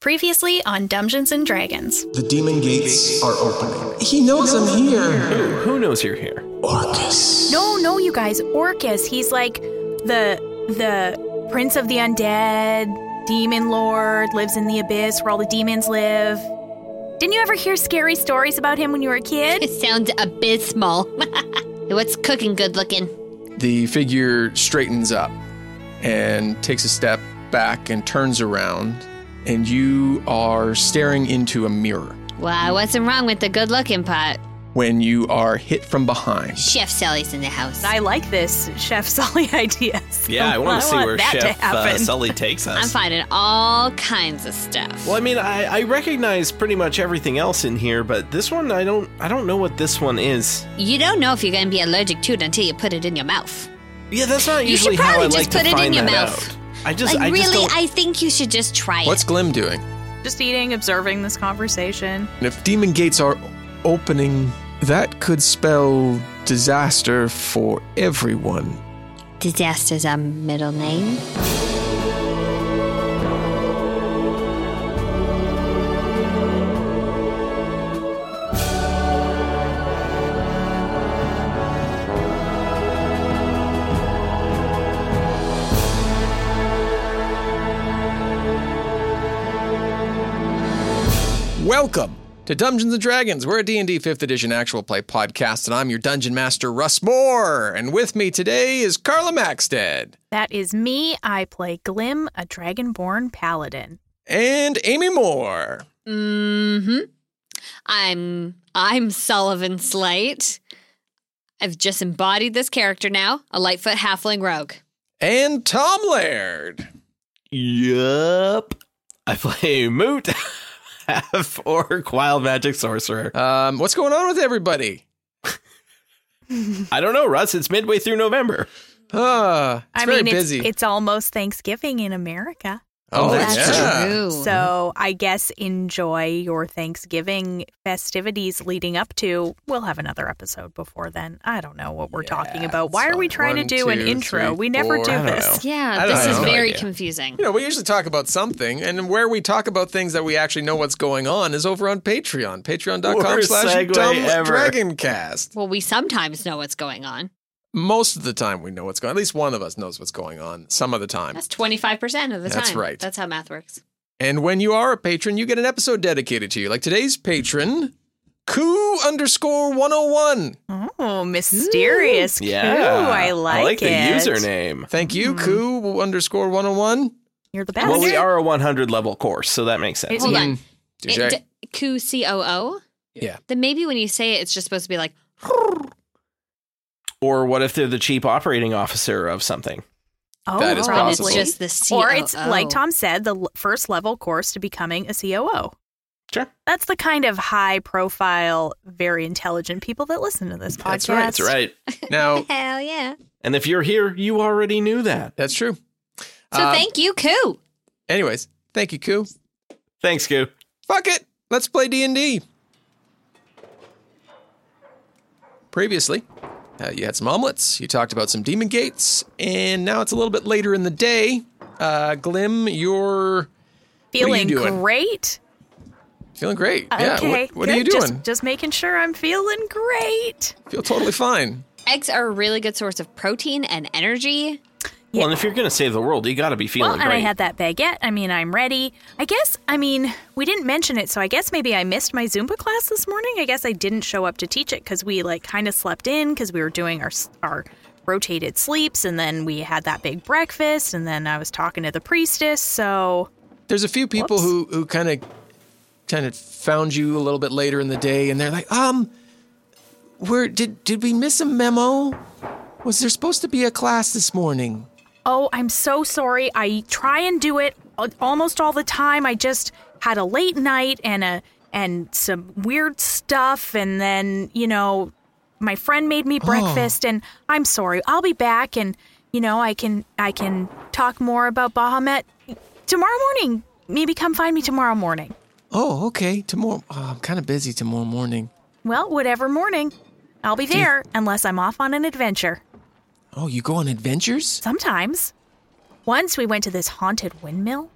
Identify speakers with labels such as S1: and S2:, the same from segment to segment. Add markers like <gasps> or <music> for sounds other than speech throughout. S1: Previously on Dungeons and Dragons.
S2: The demon gates are opening. He knows I'm here.
S3: Who, who knows you're here?
S2: Orcus.
S4: No, no, you guys, Orcus. He's like the the prince of the undead, demon lord, lives in the abyss where all the demons live. Didn't you ever hear scary stories about him when you were a kid?
S5: It sounds abysmal. <laughs> What's cooking good looking?
S3: The figure straightens up and takes a step back and turns around, and you are staring into a mirror
S5: Wow, what's wrong with the good looking pot?
S3: when you are hit from behind.
S5: Chef Sally's in the house.
S4: I like this Chef <laughs> Sully idea. so
S6: Yeah, I want to see where
S4: that
S6: Chef
S4: to happen.
S5: <laughs>
S6: uh, Sully takes us.
S5: I'm finding all kinds of stuff.
S6: Well, I mean, I, I recognize pretty much everything else in here, but this one, I don't, I don't know what this one is.
S5: You don't know if you're going to be allergic to it until you put it in your mouth.
S6: Yeah, that's not
S5: You should
S6: usually how I
S5: probably
S6: like
S5: just
S6: to
S5: put it in
S6: find
S5: your
S6: that
S5: mouth.
S6: out. I just,
S5: like,
S6: I just
S5: really,
S6: don't.
S5: I think you should just try
S3: What's
S5: it.
S3: Glim doing?
S4: <laughs> Just eating, observing this conversation.
S3: And if demon gates are opening, that could spell disaster for everyone.
S5: Disaster's a middle name.
S3: Welcome to Dungeons and Dragons. We're a D&D 5th edition actual play podcast, and I'm your dungeon master, Russ Moore. And with me today is Carla Maxted
S4: That is me. I play Glim, a dragonborn paladin.
S3: and Amy Moore.
S5: Mm-hmm. I'm I'm Sullivan Slate. I've just embodied this character now, a Lightfoot halfling rogue.
S3: and Tom Laird.
S6: Yup. I play Moot, <laughs> half orc, wild magic sorcerer.
S3: Um, what's going on with everybody?
S6: I don't know, Russ. It's midway through November.
S3: Uh, it's
S4: I
S3: very
S4: mean,
S3: busy.
S4: It's, it's almost Thanksgiving in America.
S3: oh,
S5: That's
S3: yeah.
S5: true.
S4: So I guess enjoy your Thanksgiving festivities leading up to. We'll have another episode before then. I don't know what we're talking about. Why
S3: so
S4: are we trying
S3: one,
S4: to do an
S3: two,
S4: intro?
S3: three,
S4: we never
S3: four,
S4: do
S3: I don't
S4: this.
S3: know. I
S5: Yeah,
S3: don't
S5: this is
S3: have no
S5: very
S6: idea.
S5: confusing.
S3: You know, we usually talk about something, and where we talk about things that we actually know what's going on is over on Patreon. Patreon.com
S6: Worst
S3: slash
S6: segue
S3: dumb
S6: ever.
S3: dragoncast.
S5: Well, we sometimes know what's going on.
S3: Most of the time we know what's going on. At least one of us knows what's going on some of the time.
S5: That's 25% of the
S3: That's
S5: time.
S3: right.
S5: That's how math works.
S3: And when you are a patron, you get an episode dedicated to you. Like today's patron, Koo underscore 101.
S4: Oh, mysterious. Ooh, I like,
S6: I like the
S4: it.
S6: username.
S3: Thank you,
S5: Mm-hmm.
S3: Koo underscore 101.
S4: You're the best.
S6: Well, we are a 100 level course, so that makes sense.
S4: It's-
S5: Hold
S4: Yeah.
S5: on.
S3: Mm. Touche.
S5: It, d- Q C O O?
S3: Yeah.
S5: Then maybe when you say it, it's just supposed to be like,
S6: Or what if they're the chief operating officer of something?
S4: oh,
S3: That is
S5: "Ron,
S4: probably.
S5: it's
S3: possible.
S5: just the C.
S4: or it's like Tom said, the l- first level course to becoming a COO.
S6: Sure.
S4: That's the kind of high profile, very intelligent people that listen to this podcast.
S3: That's right,
S6: That's
S5: <laughs>
S6: right.
S3: Now,
S5: Hell yeah.
S6: And if you're here, you already knew that.
S3: that's true.
S5: So
S3: Um,
S5: thank you, Koo.
S3: Anyways, thank you, Koo.
S6: Thanks, Goo.
S3: Fuck it. Let's play D&D. Previously, uh, you had some omelets, you talked about some demon gates, and now it's a little bit later in the day. Uh, Glim, you're
S4: Feeling
S3: doing?
S4: great.
S3: feeling great. Yeah,
S4: Okay.
S3: what, what are
S4: good.
S3: you doing?
S4: Just, just making sure I'm feeling great.
S3: Feel totally fine.
S5: Eggs are a really good source of protein and energy.
S6: Well, and if you're going to save the world, you got to be
S4: Well,
S6: feeling
S4: and I
S6: great.
S4: had that baguette. I mean, I'm ready. I guess, I mean, we didn't mention it, so I guess maybe I missed my Zumba class this morning. I guess I didn't show up to teach it because we, like, kind of slept in because we were doing our, s- our rotated sleeps, and then we had that big breakfast, and then I was talking to the priestess, so.
S3: There's a few people who who kind of kind of found you a little bit later in the day, and they're like, um, where did did we miss a memo? Was there supposed to be a class this morning?
S4: Oh, I'm so sorry. I try and do it al- almost all the time. I just had a late night and a and some weird stuff and then, you know, my friend made me breakfast and I'm sorry. I'll be back and you know, I can I can talk more about Bahamut tomorrow morning. Maybe come find me tomorrow morning.
S3: Oh, okay. Tomorrow. Oh, I'm kind of busy tomorrow morning.
S4: Well, whatever morning. I'll be there unless I'm off on an adventure.
S3: Oh, you go on adventures?
S4: Sometimes. Once we went to this haunted windmill.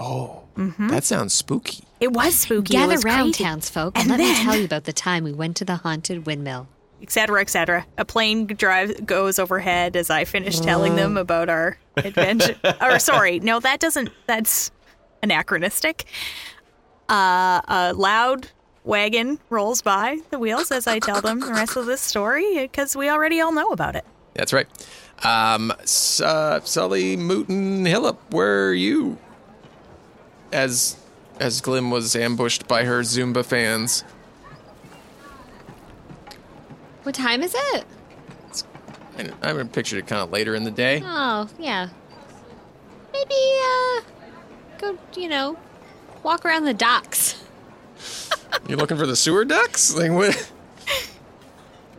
S3: Oh, that sounds spooky.
S4: It was spooky. it
S5: Gather
S4: was
S5: round,
S4: crazy,
S5: townsfolk,
S4: And
S5: and, let
S4: then-
S5: me
S4: <laughs>
S5: tell you about the time we went to the haunted windmill.
S4: et cetera, et cetera. A plane drive goes overhead as I finish telling them
S6: Mm.
S4: about our
S6: <laughs>
S4: adventure. or sorry, no, that doesn't. That's anachronistic. Uh, a loud wagon rolls by the wheels as I tell them the rest of this story because we already all know about it.
S3: That's right. Um, S- uh, Sully Mooton Hillip, where are you? As as Glim was ambushed by her Zumba fans.
S5: What time is it?
S3: I, I remember pictured it kind of later in the day.
S5: Oh, yeah. Maybe, uh, go, you know, walk around the docks.
S3: You looking for the sewer ducts? Like what?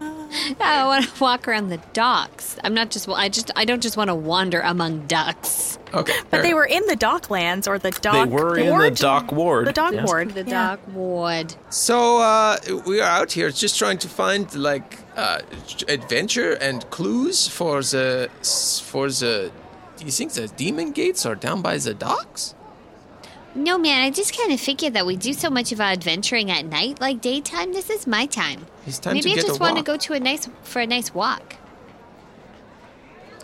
S3: <laughs>
S5: I want to <laughs> walk around the docks. I'm not just, I just, I don't just want to wander among ducks.
S3: Okay,
S4: But
S3: fair
S4: they
S3: enough.
S4: were in the docklands or the dock.
S6: they were in the
S4: ward?
S6: dock ward.
S4: The dock
S6: Yeah.
S4: ward. yeah.
S5: The dock ward.
S3: So uh, we are out here just trying to find like uh, adventure and clues for the for the. Do you think the demon gates are down by the docks?
S5: No, man, I just kind of figured that we do so much of our adventuring at night, like daytime. This is my time.
S3: It's time
S5: Maybe
S3: to get
S5: I
S3: a
S5: just want to
S3: walk.
S5: go to a nice for a nice walk.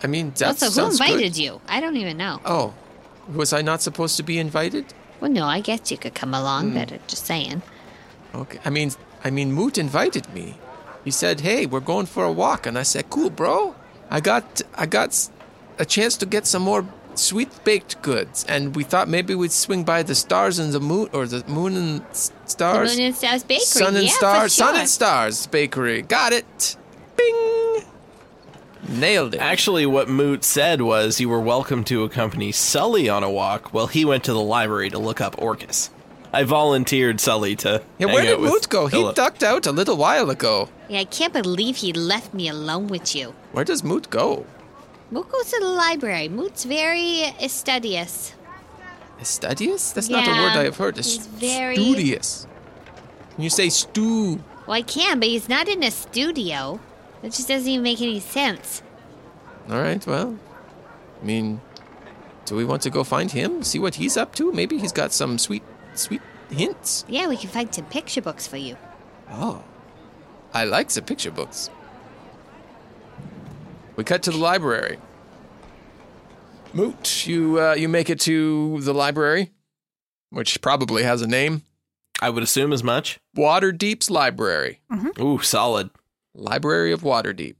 S3: I mean, that
S5: also, who
S3: sounds good.
S5: invited you? I don't even know.
S3: Oh, was I not supposed to be invited?
S5: Well, no, I guess you could come
S3: Hmm.
S5: along, but just saying.
S3: Okay. I mean, I mean, Moot invited me. He said, "Hey, we're going for a walk," and I said, "Cool, bro. I got, I got s- a chance to get some more sweet baked goods, and we thought maybe we'd swing by the stars and the moon, or the moon and s-
S5: The
S3: stars,
S5: Moon and Stars Bakery.
S3: sun and
S5: yeah, for
S3: stars, sun
S5: sure.
S3: and stars bakery. Got it. Bing. Nailed it.
S6: Actually, what Moot said was you were welcome to accompany Sully on a walk while he went to the library to look up Orcus. I volunteered Sully to.
S3: yeah,
S6: hang
S3: where did
S6: out with
S3: Moot go? He
S6: Philip.
S3: ducked out a little while ago.
S5: Yeah, I can't believe he left me alone with you.
S3: Where does Moot go?
S5: Moot goes to the library. Moot's very uh, studious.
S3: Studious? That's not a word
S5: Yeah,
S3: I have heard. It's
S5: he's very-
S3: studious. Can you say stew?
S5: Well, I can, but he's not in a studio. That just doesn't even make any sense.
S3: All right, well, I mean, do we want to go find him? See what he's up to? Maybe he's got some sweet, sweet hints.
S5: Yeah, we can find some picture books for you.
S3: Oh, I like the picture books. We cut to the library. Moot, you uh, you make it to the library, which probably has a name.
S6: I would assume as much.
S3: Waterdeep's Library.
S6: Ooh, solid.
S3: Library of Waterdeep.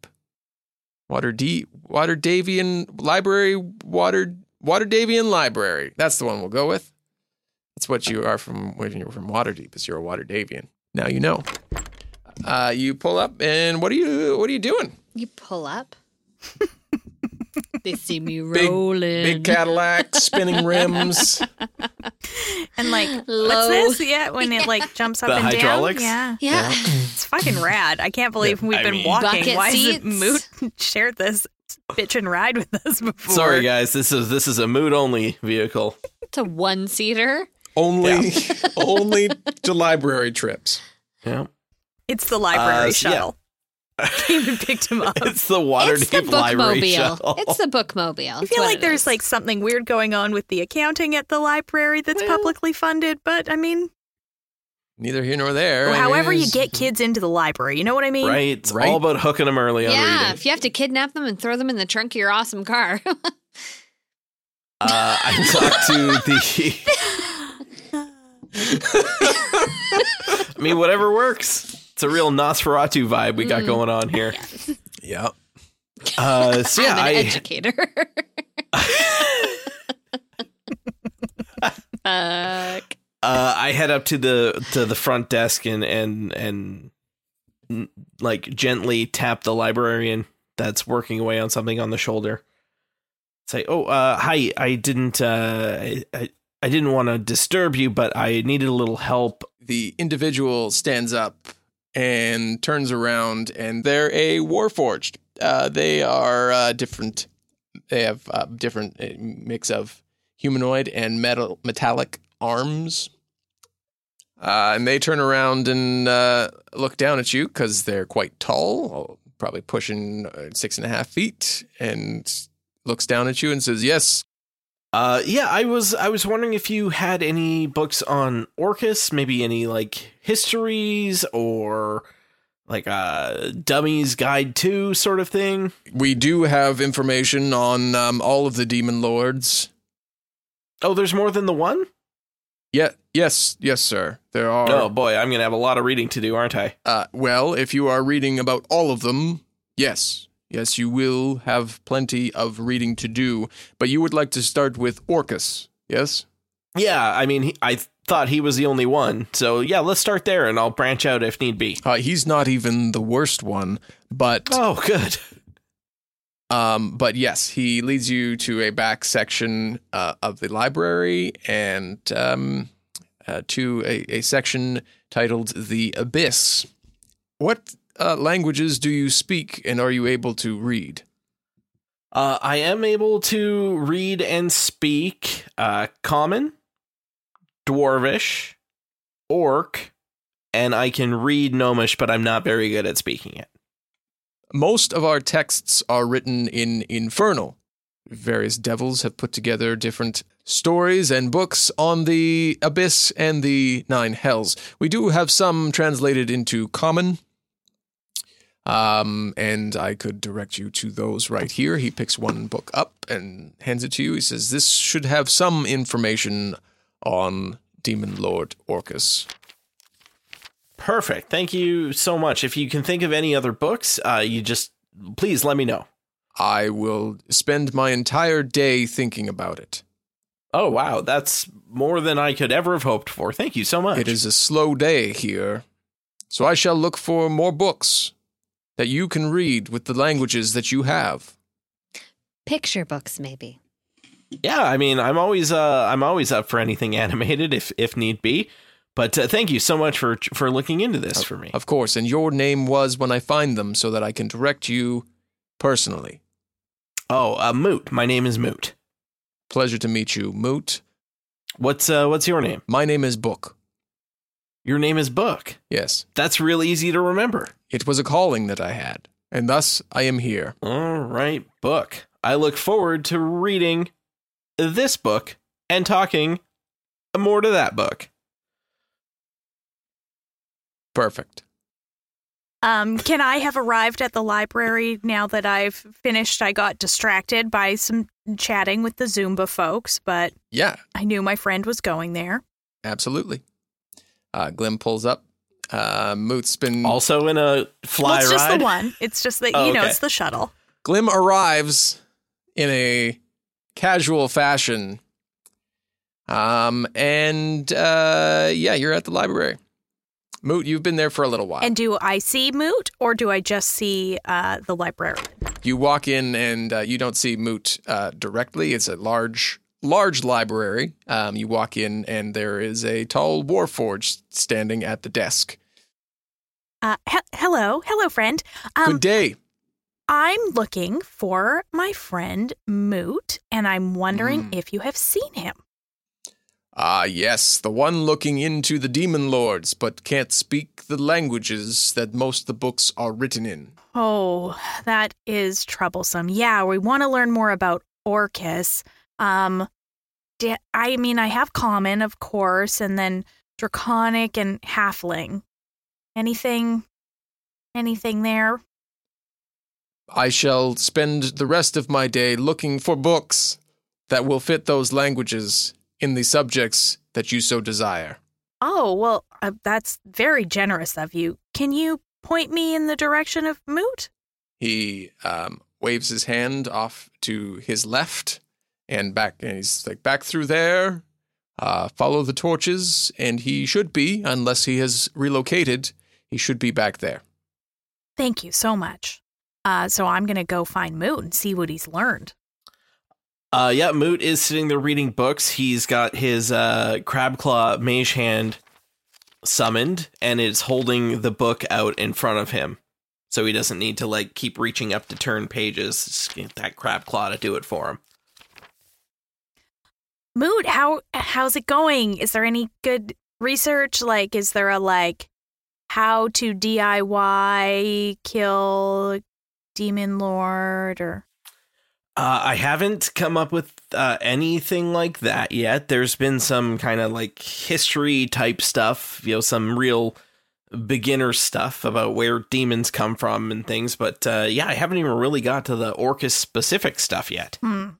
S3: Waterdeep, Waterdavian Library, Water Waterdavian Library. That's the one we'll go with. That's what you are from when you're from Waterdeep. Is you're a Waterdavian. Now you know. Uh, you pull up, and what are you? What are you doing?
S5: You pull up. <laughs> they see me
S3: Big,
S5: rolling.
S3: big Cadillac,
S4: <laughs>
S3: spinning rims.
S4: And
S5: <gasps>
S4: like, what's
S5: Low.
S4: this? Yeah, when it like jumps up
S6: The
S4: and
S6: hydraulics?
S4: down. Yeah,
S5: Yeah.
S4: it's fucking rad. I can't believe we've
S6: I
S4: been
S6: mean-
S4: walking.
S5: Bucket
S4: Why
S5: seats.
S4: hasn't Moot <laughs> shared this bitch and ride with us before?
S6: Sorry, guys. This is this is a Moot only vehicle.
S5: It's a one seater.
S3: Only, only to library trips.
S6: Yeah,
S4: It's the library
S6: Uh, so yeah.
S4: shuttle. Came and picked him up.
S6: <laughs> it's the Waterdeep
S5: it's the
S6: Library
S5: bookmobile.
S6: shuttle.
S5: It's the bookmobile.
S4: I feel like there's like something weird going on with the accounting at the library that's publicly funded, but I mean,
S3: Neither here nor there. I
S4: however
S3: mean,
S4: you get kids into the library, you know what I mean?
S6: right. It's
S3: Right?
S6: all about hooking them early on
S5: yeah.
S6: reading.
S5: If you have to kidnap them and throw them in the trunk of your awesome car, <laughs>
S6: Uh, I talked to the. I mean, whatever works. It's a real Nosferatu vibe we
S5: Mm.
S6: got going on here.
S3: Yeah.
S6: Uh, so yeah,
S5: I'm an
S6: I,
S5: educator. <laughs> Fuck.
S6: uh, I head up to the to the front desk and and and n- like gently tap the librarian that's working away on something on the shoulder. Say, "Oh, uh, hi. I didn't. Uh, I, I I didn't want to disturb you, but I needed a little help.
S3: the individual stands up and turns around, and they're a Warforged. Uh, they are uh, different. They have uh, different uh, mix of humanoid and metal metallic arms. Uh, and they turn around and uh, look down at you because they're quite tall, probably pushing uh, six and a half feet, and looks down at you and says, "Yes,
S6: Uh, yeah, I was I was wondering if you had any books on Orcus, maybe any like histories or like uh dummies guide to sort of thing.
S3: we do have information on um, all of the demon lords."
S6: Oh, there's more than the one?
S3: Yeah, yes, yes, sir. There are.
S6: Oh boy, I'm gonna have a lot of reading to do, aren't I?
S3: Uh, well, if you are reading about all of them, yes. Yes, you will have plenty of reading to do, but you would like to start with Orcus, yes?
S6: Yeah, I mean, he, I thought he was the only one, so yeah, let's start there, and I'll branch out if need be.
S3: Uh, he's not even the worst one, but
S6: Oh, good.
S3: um, but yes, he leads you to a back section uh, of the library and um, uh, to a, a section titled "The Abyss." What uh, languages do you speak, and are you able to read?
S6: Uh, I am able to read and speak uh, common, dwarvish, orc, and I can read gnomish, but I'm not very good at speaking it.
S3: most of our texts are written in infernal. Various devils have put together different stories and books on the abyss and the nine hells. We do have some translated into common. Um, and I could direct you to those right here. He picks one book up and hands it to you. He says, This should have some information on Demon Lord Orcus.
S6: Perfect. Thank you so much. If you can think of any other books, uh, you just please let me know.
S3: I will spend my entire day thinking about it.
S6: Oh wow, that's more than I could ever have hoped for. Thank you so much.
S3: It is a slow day here, so I shall look for more books that you can read with the languages that you have.
S5: Picture books, maybe.
S6: Yeah, I mean, I'm always uh, I'm always up for anything <laughs> animated if if need be. But uh, thank you so much for for looking into this for me.
S3: Of course, and your name was when I find them so that I can direct you personally.
S6: Oh, uh, Moot. My name is Moot.
S3: Pleasure to meet you, Moot.
S6: What's uh, what's your name?
S3: My name is Book.
S6: Your name is Book.
S3: Yes,
S6: That's real easy to remember.
S3: it was a calling that I had, and thus I am here.
S6: All right, Book. I look forward to reading this book and talking more to that book.
S3: Perfect.
S4: Um, can I have arrived at the library now that I've finished? I got distracted by some chatting with the Zumba folks, but
S3: Yeah,
S4: I knew my friend was going there.
S3: absolutely. Uh, Glim pulls up. Uh, Moot's been.
S6: Also in a fly
S4: well, it's Mm. just
S6: ride.
S4: the one. It's just that
S6: Oh,
S4: you know,
S6: okay.
S4: it's the shuttle.
S3: Glim arrives in a casual fashion. Um, and uh, yeah, you're at the library. Moot, you've been there for a
S6: Uh,
S3: little while.
S4: And do I see Moot or do I just see uh, the librarian?
S3: you walk in and uh, you don't see Moot uh, directly. It's a large, large library. Um, you walk in and there is a tall warforged standing at the desk.
S4: Uh, he- hello, hello, friend. Um,
S3: Good day.
S4: I'm looking for my friend Moot, and I'm wondering
S6: Hmm.
S4: if you have seen him.
S3: Ah, yes, the one looking into the demon lords, but can't speak the languages that most of the books are written in.
S4: Oh, that is troublesome. Yeah, we want to learn more about Orcus. Um, di- I mean, I have common, of course, and then draconic and halfling. Anything, anything there?
S3: I shall spend the rest of my day looking for books that will fit those languages in the subjects that you so desire.
S4: Oh well, uh, that's very generous of you. Can you point me in the direction of Moot?
S3: He um, waves his hand off to his left and back, and he's like, back through there, uh, follow the torches, and he should be, unless he has relocated, he should be back there.
S4: Thank you so much. Uh, so I'm gonna go find Moot and see what he's learned.
S6: Uh, yeah, Moot is sitting there reading books. He's got his uh, crab claw mage hand summoned and it's holding the book out in front of him. So he doesn't need to like keep reaching up to turn pages. Just get that crab claw to do it for him.
S4: Mood, how how's it going? Is there any good research? Like, is there a like how to DIY kill demon lord or
S6: Uh, I haven't come up with uh, anything like that yet. There's been some kind of like history type stuff, you know, some real beginner stuff about where demons come from and things. But uh, yeah, I haven't even really got to the Orcus specific stuff yet.
S4: Hmm.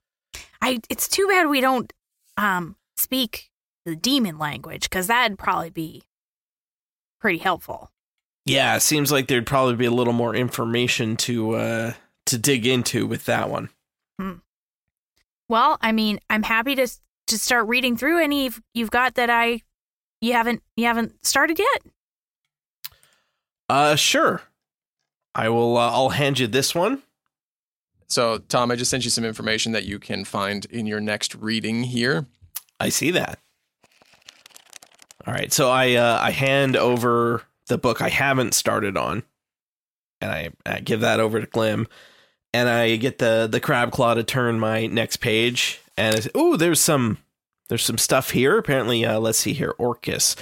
S4: I it's too bad we don't um speak the demon language cuz that'd probably be pretty helpful.
S6: Yeah, it seems like there'd probably be a little more information to uh, to dig into with that one.
S4: Well, I mean, I'm happy to to start reading through any you've- you've got that I you haven't you haven't started yet.
S6: Uh, sure. I will. Uh, I'll hand you this one.
S7: So, Tom, I just sent you some information that you can find in your next reading here.
S6: I see that. All right, so I uh, I hand over the book I haven't started on, and I, I give that over to Glim, and I get the the crab claw to turn my next page, and it's, ooh, there's some there's some stuff here. Apparently, uh, let's see here, Orcus.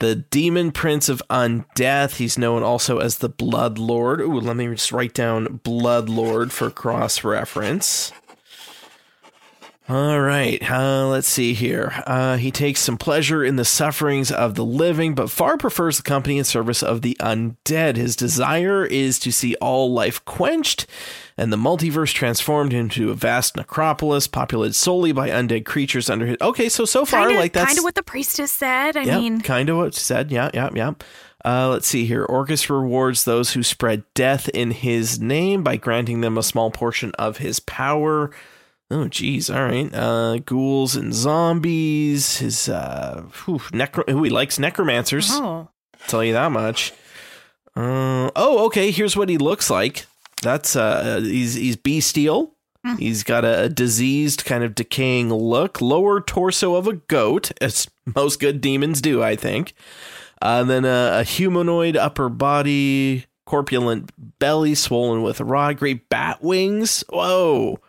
S6: The demon prince of undeath. He's known also as the Blood Lord. Ooh, let me just write down Blood Lord for cross reference. All right, uh, let's see here. Uh, he takes some pleasure in the sufferings of the living, but far prefers the company and service of the undead. His desire is to see all life quenched and the multiverse transformed into a vast necropolis populated solely by undead creatures under his. Okay, so so far,
S4: Kind of
S6: like that's
S4: kind of what the priestess said. I
S6: yeah,
S4: mean,
S6: kind of what she said. Yeah, yeah, yeah. Uh, let's see here. Orcus rewards those who spread death in his name by granting them a small portion of his power. Oh, geez. All right. Uh, ghouls and zombies. His uh, whew, necro- ooh, he likes necromancers.
S4: oh.
S6: Tell you that much. Uh, oh, okay. Here's what he looks like. That's uh, he's he's bestial. He's got a, a diseased, kind of decaying look. Lower torso of a goat, as most good demons do, I think. Uh, then a, a humanoid upper body, corpulent belly, swollen with rod, great bat wings. Whoa!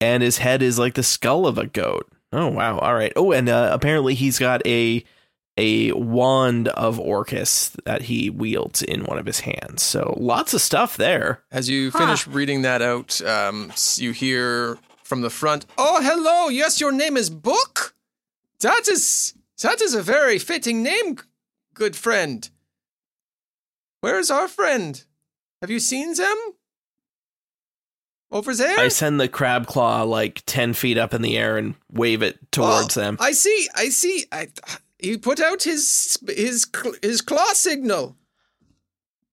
S6: And his head is like the skull of a goat. Oh wow! All right. Oh, and uh, apparently he's got a a wand of Orcus that he wields in one of his hands. So lots of stuff there.
S7: As you finish reading that out, um, s- you hear from the front, "Oh, hello! Yes, your name is Book. That is that is a very fitting name, g- good friend. Where is our friend? Have you seen them? Over there?
S6: I send the crab claw like 10 feet up in the air and wave it towards
S7: Oh,
S6: them.
S7: I see. I see. I, he put out his his cl- his claw signal.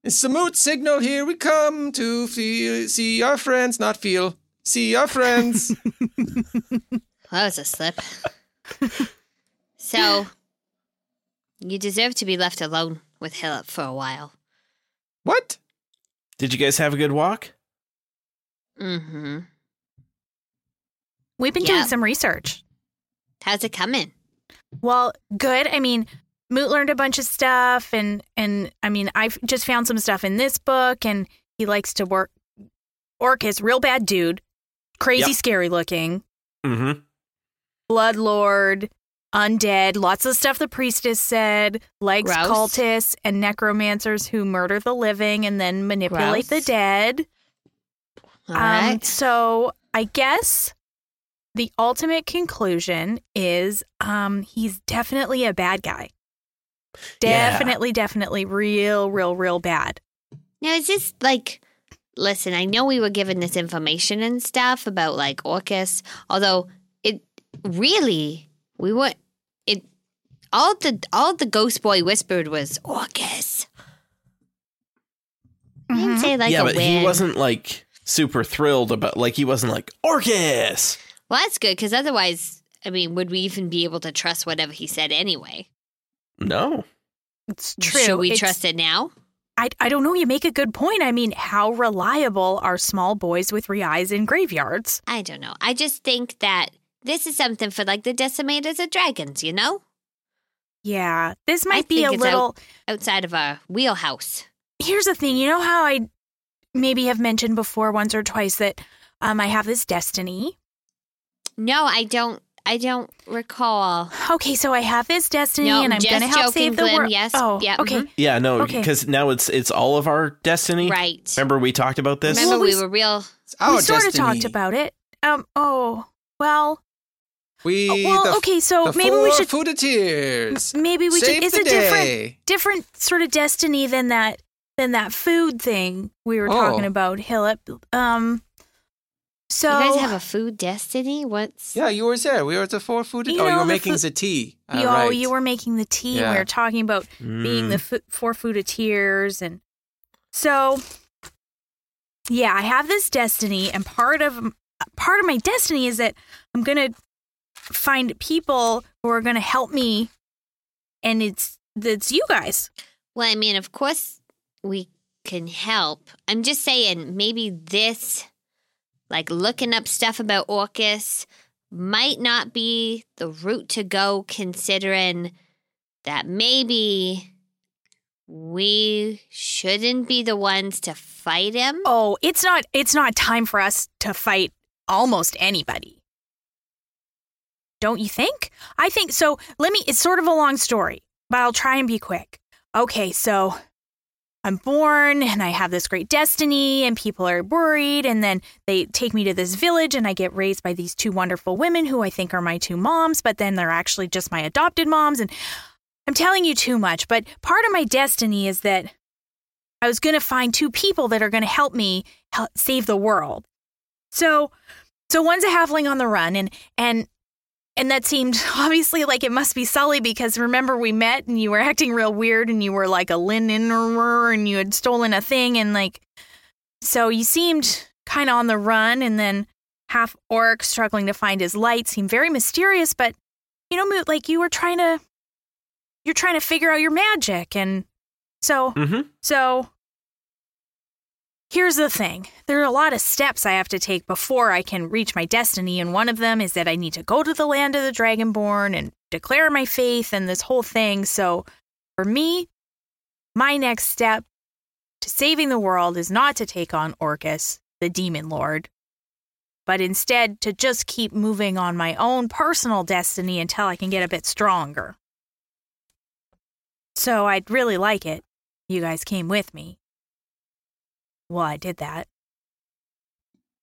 S7: It's the moot signal. Here we come to feel, see our friends, not feel. See our
S6: <laughs>
S7: friends.
S5: That was a slip. <laughs> so, you deserve to be left alone with Hillip for a while.
S7: what?
S6: Did you guys have a good walk?
S5: Mm-hmm.
S4: We've been
S5: Yeah.
S4: doing some research.
S5: How's it coming?
S4: Well, good. I mean, Moot learned a bunch of stuff, and and I mean, I've just found some stuff in this book, and he likes to work. Orcus, real bad dude, crazy,
S6: Yep.
S4: scary looking,
S6: Mm-hmm.
S4: blood lord, undead, lots of stuff the priestess said, likes
S5: Grouse.
S4: cultists and necromancers who murder the living and then manipulate the
S5: Grouse.
S4: dead. Um,
S5: All right.
S4: So I guess the ultimate conclusion is um, he's definitely a bad guy.
S6: Yeah.
S4: Definitely, definitely real, real, real bad.
S5: Now, is this like, listen, I know we were given this information and stuff about like Orcus, although it really, we were, it, all the, all the ghost boy whispered was Orcus. He
S4: Mm-hmm.
S5: didn't say like
S6: yeah,
S5: a
S6: but
S5: win.
S6: he wasn't like super thrilled about like he wasn't like Orcus.
S5: Well, that's good because otherwise, I mean, would we even be able to trust whatever he said anyway?
S6: No.
S4: It's true.
S5: Should we
S4: It's-
S5: trust it now?
S4: I, I don't know. You make a good point. I mean, how reliable are small boys with re eyes in graveyards?
S5: I don't know. I just think that this is something for like the decimators of dragons, you know?
S4: Yeah, this might
S5: I
S4: be a
S5: think it's out-
S4: little.
S5: outside of our wheelhouse.
S4: Here's the thing. You know how I maybe have mentioned before once or twice that um, I have this destiny.
S5: No, I don't. I don't recall.
S4: Okay, so I have this destiny,
S5: No,
S4: and I'm
S5: just
S4: going to help
S5: joking,
S4: save the
S5: Glim.
S4: world.
S5: Yes.
S4: Oh,
S5: Yeah,
S4: Okay.
S5: mhm.
S6: Yeah, no,
S4: Okay.
S6: because now it's it's all of our destiny.
S5: Right.
S6: Mm. Remember we talked about this.
S5: Remember
S4: Well,
S5: we
S4: we-
S5: were real.
S3: It's our
S4: we sort of
S3: Oh, destiny.
S4: talked about it. Um. Oh. Well.
S3: We.
S4: oh, well.
S3: the, f-
S4: okay. So
S3: the
S4: maybe
S3: four
S4: we should.
S3: Foudetiers.
S4: Maybe we
S3: Save
S4: should. It's
S3: the
S4: a different,
S3: day.
S4: different sort of destiny than that than that food thing we were talking
S3: Oh.
S4: about, Hillip. Um. So
S5: you guys have a food destiny. What's
S3: Yeah, you were there. We were at the four Foudetiers.
S4: You
S3: oh,
S4: know,
S3: you were
S4: the
S3: making
S4: Foud-
S3: the tea.
S4: you,
S3: All right.
S4: you were making the tea. and We
S3: Yeah.
S4: were talking about being the
S6: Mm.
S4: f- four food of tears and so yeah i have this destiny and part of part of my destiny is that i'm gonna find people who are gonna help me and it's that's you guys
S5: Well, I mean, of course we can help. I'm just saying, maybe this, like looking up stuff about Orcus, might not be the route to go, considering that maybe we shouldn't be the ones to fight him.
S4: oh it's not it's not time for us to fight almost anybody don't you think i think so let me it's sort of a long story but i'll try and be quick okay so I'm born and I have this great destiny, and people are worried. And then they take me to this village, and I get raised by these two wonderful women who I think are my two moms, but then they're actually just my adopted moms. And I'm telling you too much, but part of my destiny is that I was going to find two people that are going to help me hel- save the world. So, so one's a halfling on the run, and and and that seemed <laughs> obviously like it must be Sully because remember we met and you were acting real weird and you were like a linnerer and you had stolen a thing and like so you seemed kind of on the run and then half orc struggling to find his light seemed very mysterious but you know Moot, like you were trying to you're trying to figure out your magic and so
S6: hmm
S4: so here's the thing there are a lot of steps I have to take before I can reach my destiny, and one of them is that I need to go to the land of the Dragonborn and declare my faith and this whole thing. So for me, my next step to saving the world is not to take on Orcus, the demon lord. But instead, to just keep moving on my own personal destiny until I can get a bit stronger. So I'd really like it you guys came with me. Well, I did that.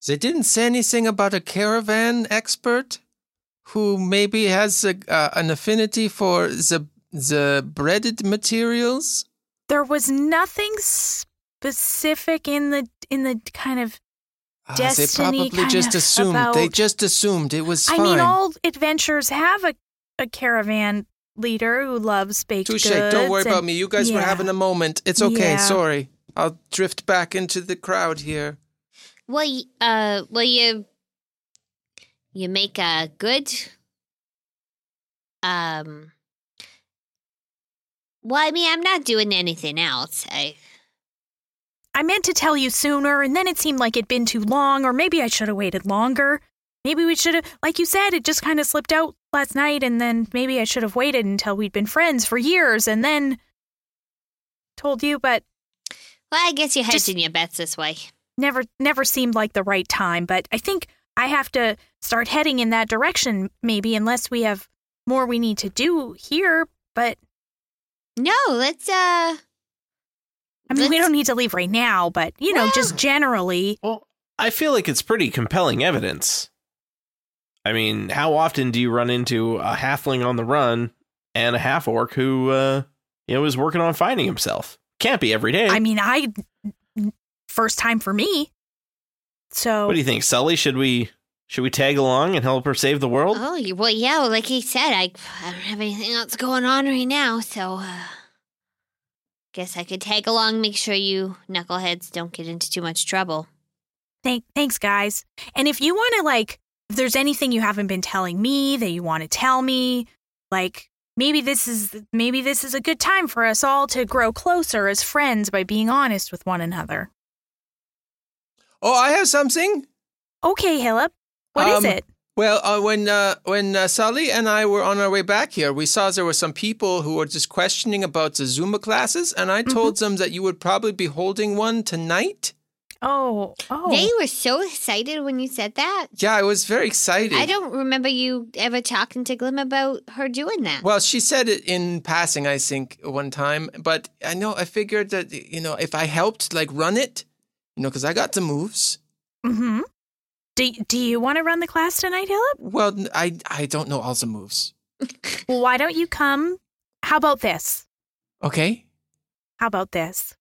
S3: They didn't say anything about a caravan expert who maybe has a, uh, an affinity for the the breaded materials.
S4: There was nothing specific in the in the kind of
S3: Ah, they
S4: Destiny
S3: probably just
S4: kinda
S3: assumed. They
S4: about-
S3: just assumed it was
S4: I
S3: fine.
S4: mean all adventures have a, a caravan leader who loves baked
S3: Touche.
S4: goods.
S3: Don't worry about
S4: and-
S3: me. You guys were
S4: Yeah.
S3: having a moment. It's okay.
S4: Yeah.
S3: Sorry. I'll drift back into the crowd here.
S5: Well, y- uh, well, you you make a good um. Well, I mean, I'm not doing anything else. I
S4: I meant to tell you sooner and then it seemed like it'd been too long or maybe I should have waited longer. Maybe we should have like you said it just kind of slipped out last night and then maybe I should have waited until we'd been friends for years and then told you but
S5: well, I guess you're hedging
S4: Just-
S5: your bets this way.
S4: never never seemed like the right time but i think i have to start heading in that direction maybe unless we have more we need to do here but
S5: No, let's uh.
S4: i mean we
S5: Let's-
S4: don't need to leave right now but you know just
S5: Well-
S4: generally
S6: Well, I feel like it's pretty compelling evidence. I mean, how often do you run into a halfling on the run and a half orc who uh you know is working on finding himself? Can't be every day.
S4: i mean i first time for me so
S6: what do you think, Sully? Should we should we tag along and help her save the world?
S4: Uh-huh.
S5: Oh, you- well, yeah. Well, like he said, I I don't have anything else going on right now, so uh, guess I could tag along. Make sure you knuckleheads don't get into too much trouble.
S4: Thank, thanks, guys. And if you want to, like, if there's anything you haven't been telling me that you want to tell me, like, maybe this is maybe this is a good time for us all to grow closer as friends by being honest with one another.
S3: Oh, I have something.
S4: Okay, Hillip, what is
S3: Um,
S4: it?
S3: Well, uh, when uh, when uh, Sally and I were on our way back here, we saw there were some people who were just questioning about the Zumba classes, and I told them that you would probably be holding one tonight.
S4: Oh, oh.
S5: They were so excited when you said that.
S3: Yeah, I was very excited.
S5: I don't remember you ever talking to Glim about her doing that.
S3: Well, she said it in passing, I think, one time. But I know I figured that you know if I helped like run it, you know, because I got the moves.
S4: mm-hmm. Do, do you want to run the class tonight, Hillip?
S3: Well, n- I I don't know all the moves.
S4: Well, why don't you come? How about this?
S3: Okay.
S4: How about this?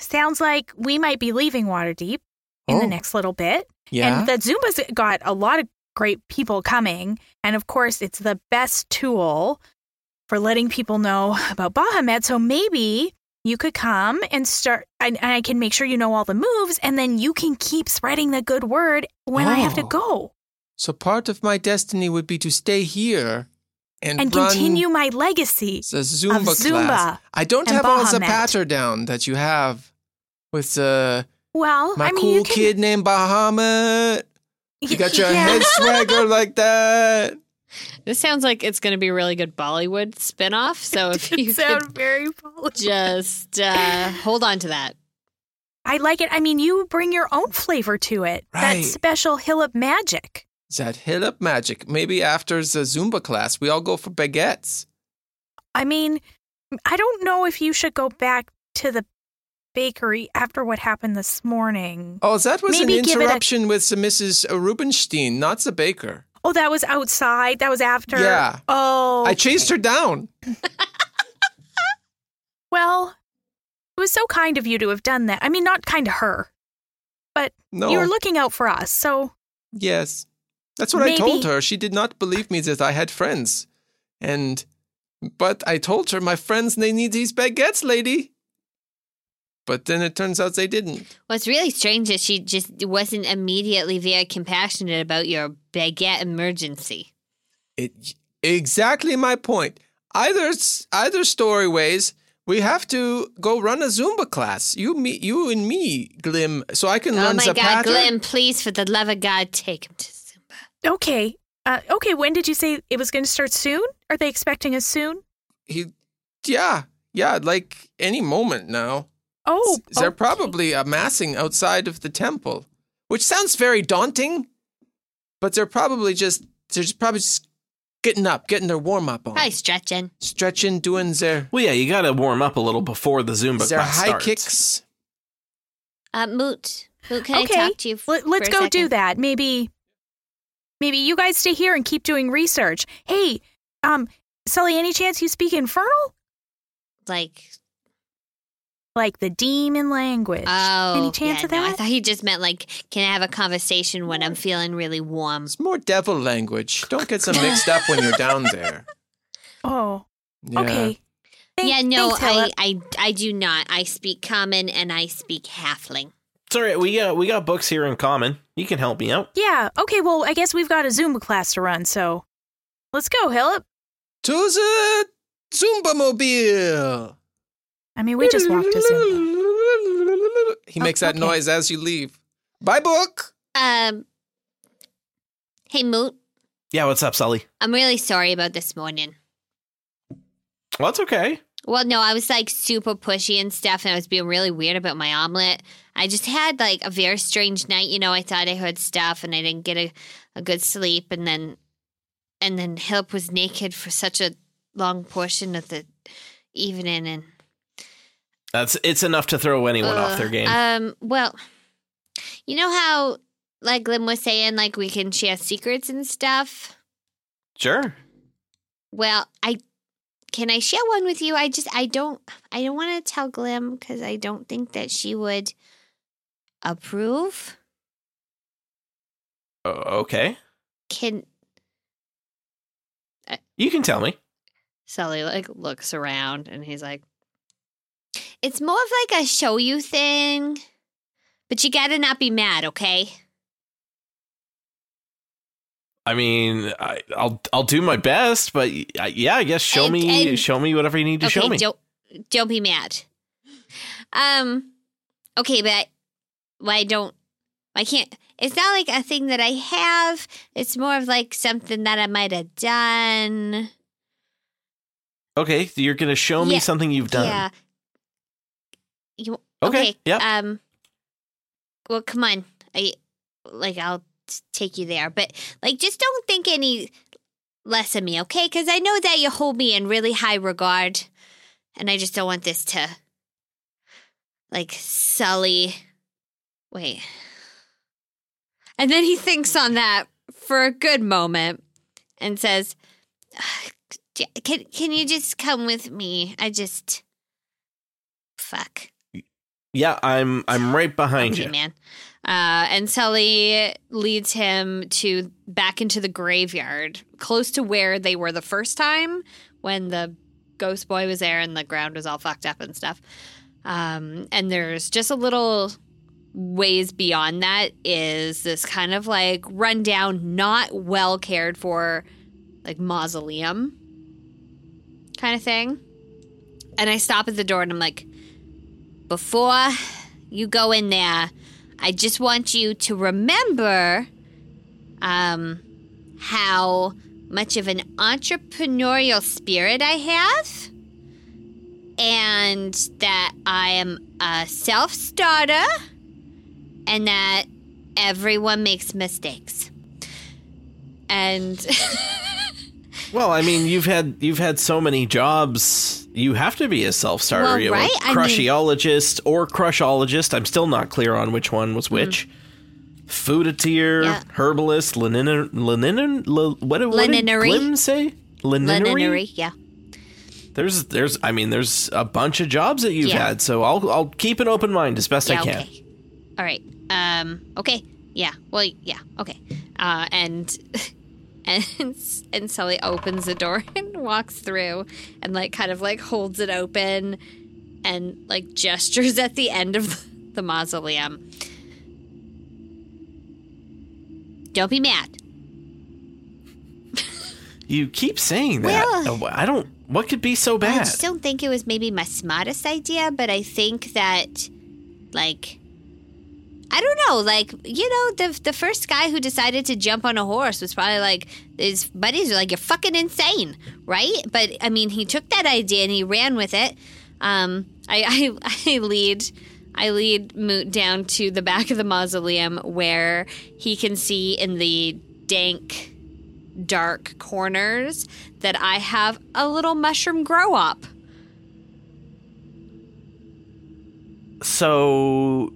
S4: Sounds like we might be leaving Waterdeep in the
S3: Oh.
S4: next little bit.
S3: Yeah.
S4: And the Zumba's got a lot of great people coming. And of course, it's the best tool for letting people know about Bahamut. So maybe you could come and start, and, and I can make sure you know all the moves, and then you can keep spreading the good word when I have to
S3: Oh.
S4: go
S3: so part of my destiny would be to stay here and,
S4: and
S3: run
S4: continue my legacy.
S3: the Zumba,
S4: Zumba
S3: class. I don't
S4: and
S3: have all the
S4: Bahamut.
S3: patter down that you have with the
S4: Well,
S3: my
S4: I mean,
S3: cool
S4: you can,
S3: kid named Bahamut. You got your
S4: <laughs> yeah.
S3: head swagger like that.
S5: This sounds like it's going to be a really good Bollywood spinoff. <laughs> So if you
S4: sound very foolish.
S5: could just uh, hold on to that.
S4: I like it. I mean, you bring your own flavor to it. That
S3: Right.
S4: special Hillip magic.
S3: That hit up magic. Maybe after the Zumba class, we all go for baguettes.
S4: I mean, I don't know if you should go back to the bakery after what happened this morning.
S3: Oh, that was
S4: Maybe
S3: an
S4: give it a-
S3: interruption with the Mrs. Rubinstein, not the baker.
S4: Oh, that was outside. That was after.
S3: Yeah.
S4: Oh.
S3: I chased her down.
S4: Well, it was so kind of you to have done that. I mean, not kind to her.
S3: No.
S4: You were looking out for us. So,
S3: Yes. That's what I
S4: Maybe-
S3: told her. She did not believe me that I had friends. And but I told her my friends they need these baguettes, lady. But then it turns out they didn't.
S5: What's really strange is she just wasn't immediately very compassionate about your baguette emergency.
S3: It exactly my point. Either s- either storyways, we have to go run a Zumba class. You me you and me, Glim, so I can
S5: oh
S3: run
S5: my
S3: the
S5: God,
S3: pattern.
S5: Glim, please, for the love of God, take him to Zoom.
S4: okay. Uh, okay. When did you say it was going to start soon? Are they expecting us soon?
S3: He yeah, yeah, like any moment now.
S4: Oh,
S3: S- They're
S4: okay.
S3: probably amassing outside of the temple, which sounds very daunting. But they're probably just they're just probably just getting up, getting their warm up on,
S4: Oh.
S5: Probably stretching.
S3: stretching, doing their
S6: Well, yeah, you got to warm up a little before the Zumba
S3: their
S6: class
S3: high
S6: starts.
S3: kicks.
S5: Uh, Moot, Moot, can
S4: Okay.
S5: I talk to you? f-
S4: Let, let's
S5: for a
S4: go do
S5: second?
S4: that. Maybe, maybe you guys stay here and keep doing research. Hey, um, Sully, any chance you speak Infernal?
S5: Like,
S4: Like the demon language.
S5: oh,
S4: any chance
S5: yeah,
S4: of
S5: no, I
S4: that?
S5: thought he just meant like, can I have a conversation when I'm feeling really warm?
S3: It's more devil language. Don't get so mixed up when you're down
S4: <laughs>
S3: there.
S4: oh,
S3: Yeah.
S4: okay. Thank-
S5: yeah, no,
S4: thanks,
S5: I,
S4: Hillip.
S5: I, I do not. I speak common and I speak halfling.
S6: It's all right. We got we got books here in common. You can help me out.
S4: Yeah. Okay. Well, I guess we've got a Zumba class to run, so let's go, Hillip.
S3: To the Zumba mobile.
S4: I mean, we just walked to
S5: <laughs>
S4: Zumba.
S3: He makes that
S4: okay.
S3: noise as you leave. Bye, book.
S5: Um, hey Moot,
S6: Yeah, what's up, Sully?
S5: I'm really sorry about this morning.
S6: Well, it's okay.
S5: Well, no, I was like super pushy and stuff, and I was being really weird about my omelet. I just had like a very strange night. You know, I thought I heard stuff, and I didn't get a, a good sleep, and then, and then Hilp was naked for such a long portion of the evening, and
S6: That's it's enough to throw anyone
S4: Uh,
S6: off
S5: Ugh.
S6: their game.
S5: Um, well, you know how like Glim was saying, like we can share secrets and stuff.
S6: sure.
S5: Well, I can I share one with you. I just I don't I don't want to tell Glim because I don't think that she would approve.
S6: O- okay.
S5: Can
S6: You can tell me.
S5: Sully like looks around and he's like, "It's more of like a show you thing, but you gotta not be mad, okay?"
S6: I mean, I, I'll I'll do my best, but y- I- yeah, yes, show
S5: And-
S6: me
S5: and-
S6: show me whatever you need to show me.
S5: Don't don't be mad. Um. Okay, but why don't I can't. It's not like a thing that I have. It's more of like something that I might have done.
S6: Okay, you're gonna show me
S5: Yeah,
S6: something you've done.
S5: Yeah. You
S6: Okay,
S5: okay?
S6: yep.
S5: Um. Well, come on. I like I'll t- take you there, but like just don't think any less of me, okay? Because I know that you hold me in really high regard, and I just don't want this to like sully. Wait. And then he thinks on that for a good moment and says, "J- "Can can you just come with me? I just fuck."
S6: Yeah, I'm I'm right behind
S5: Okay,
S6: you.
S5: man. Uh, and Sully leads him to back into the graveyard, close to where they were the first time when the ghost boy was there and the ground was all fucked up and stuff. Um, and there's just a little ways beyond that is this kind of like rundown, not well cared for, like mausoleum kind of thing. And I stop at the door and I'm like, before you go in there, I just want you to remember um, how much of an entrepreneurial spirit I have, and that I am a self starter, and that everyone makes mistakes. And <laughs>
S6: Well, I mean, you've had you've had so many jobs. You have to be a self starter,
S5: Well,
S6: you know,
S5: right?
S6: a
S5: I mean-
S6: crushiologist or crushologist. I'm still not clear on which one was which. Foodateer,
S5: Mm-hmm. Yeah.
S6: herbalist, linen, linen, li- what, did- what did
S5: Lininery.
S6: Glim say?
S5: Leninary,
S6: Lininery.
S5: yeah.
S6: There's, there's, I mean, there's a bunch of jobs that you've
S5: Yeah.
S6: had, so I'll, I'll keep an open mind as best I can.
S5: Okay. All right. Um. Okay. Yeah. Well. Yeah. Okay. Uh. And <laughs> and and Sully opens the door <laughs> and walks through and like kind of like holds it open and like <laughs> gestures at the end of the, the mausoleum. Don't be mad.
S6: You keep saying that.
S5: Well-
S6: Oh, I don't. What could be so
S5: I
S6: bad?
S5: just don't think it was maybe my smartest idea, but I think that, like, I don't know. Like, you know, the the first guy who decided to jump on a horse was probably like his buddies were like, "You're fucking insane, right?" But I mean, he took that idea and he ran with it. Um, I <laughs> I, I lead. I lead Moot down to the back of the mausoleum where he can see in the dank dark corners that I have a little mushroom grow up.
S6: So,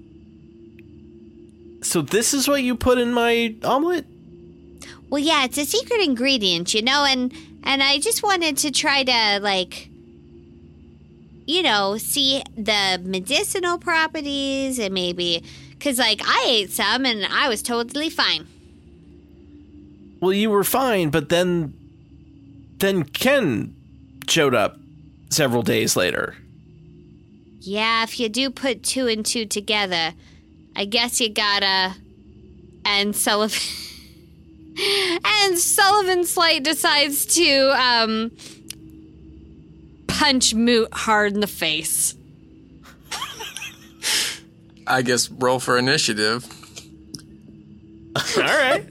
S6: so this is what you put in my omelet?
S5: Well, yeah, it's a secret ingredient, you know, and and I just wanted to try to like you know, see the medicinal properties and maybe cuz like I ate some and I was totally fine.
S6: Well, you were fine, but then, then Ken showed up several
S5: <laughs>
S6: days later.
S5: Yeah, if you do put two and two together, I guess you gotta. And Sullivan. <laughs> and Sullivan Slight decides to um, punch Moot hard in the face.
S3: I guess roll for initiative.
S6: All right.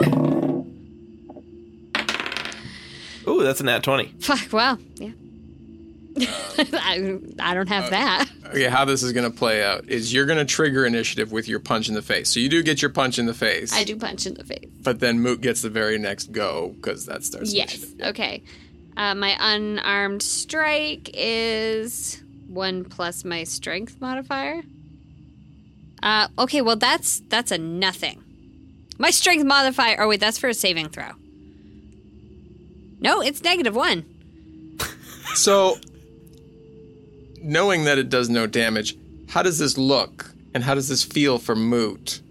S6: Ooh, that's a nat twenty.
S5: Fuck, well, yeah. <laughs> I, I don't
S3: Uh,
S5: have that.
S3: Okay, how this is going to play out is you're going to trigger initiative with your punch in the face. So you do get your punch in the face,
S5: I do punch in the face.
S3: but then Moot gets the very next go because that starts.
S5: Yes.
S3: initiative.
S5: Okay. Uh, my unarmed strike is one plus my strength modifier. Uh, okay. Well, that's that's a nothing. My strength modifier. Oh wait, that's for a saving throw. No, it's negative one.
S3: So, knowing that it does no damage, how does this look and how does this feel for Moot?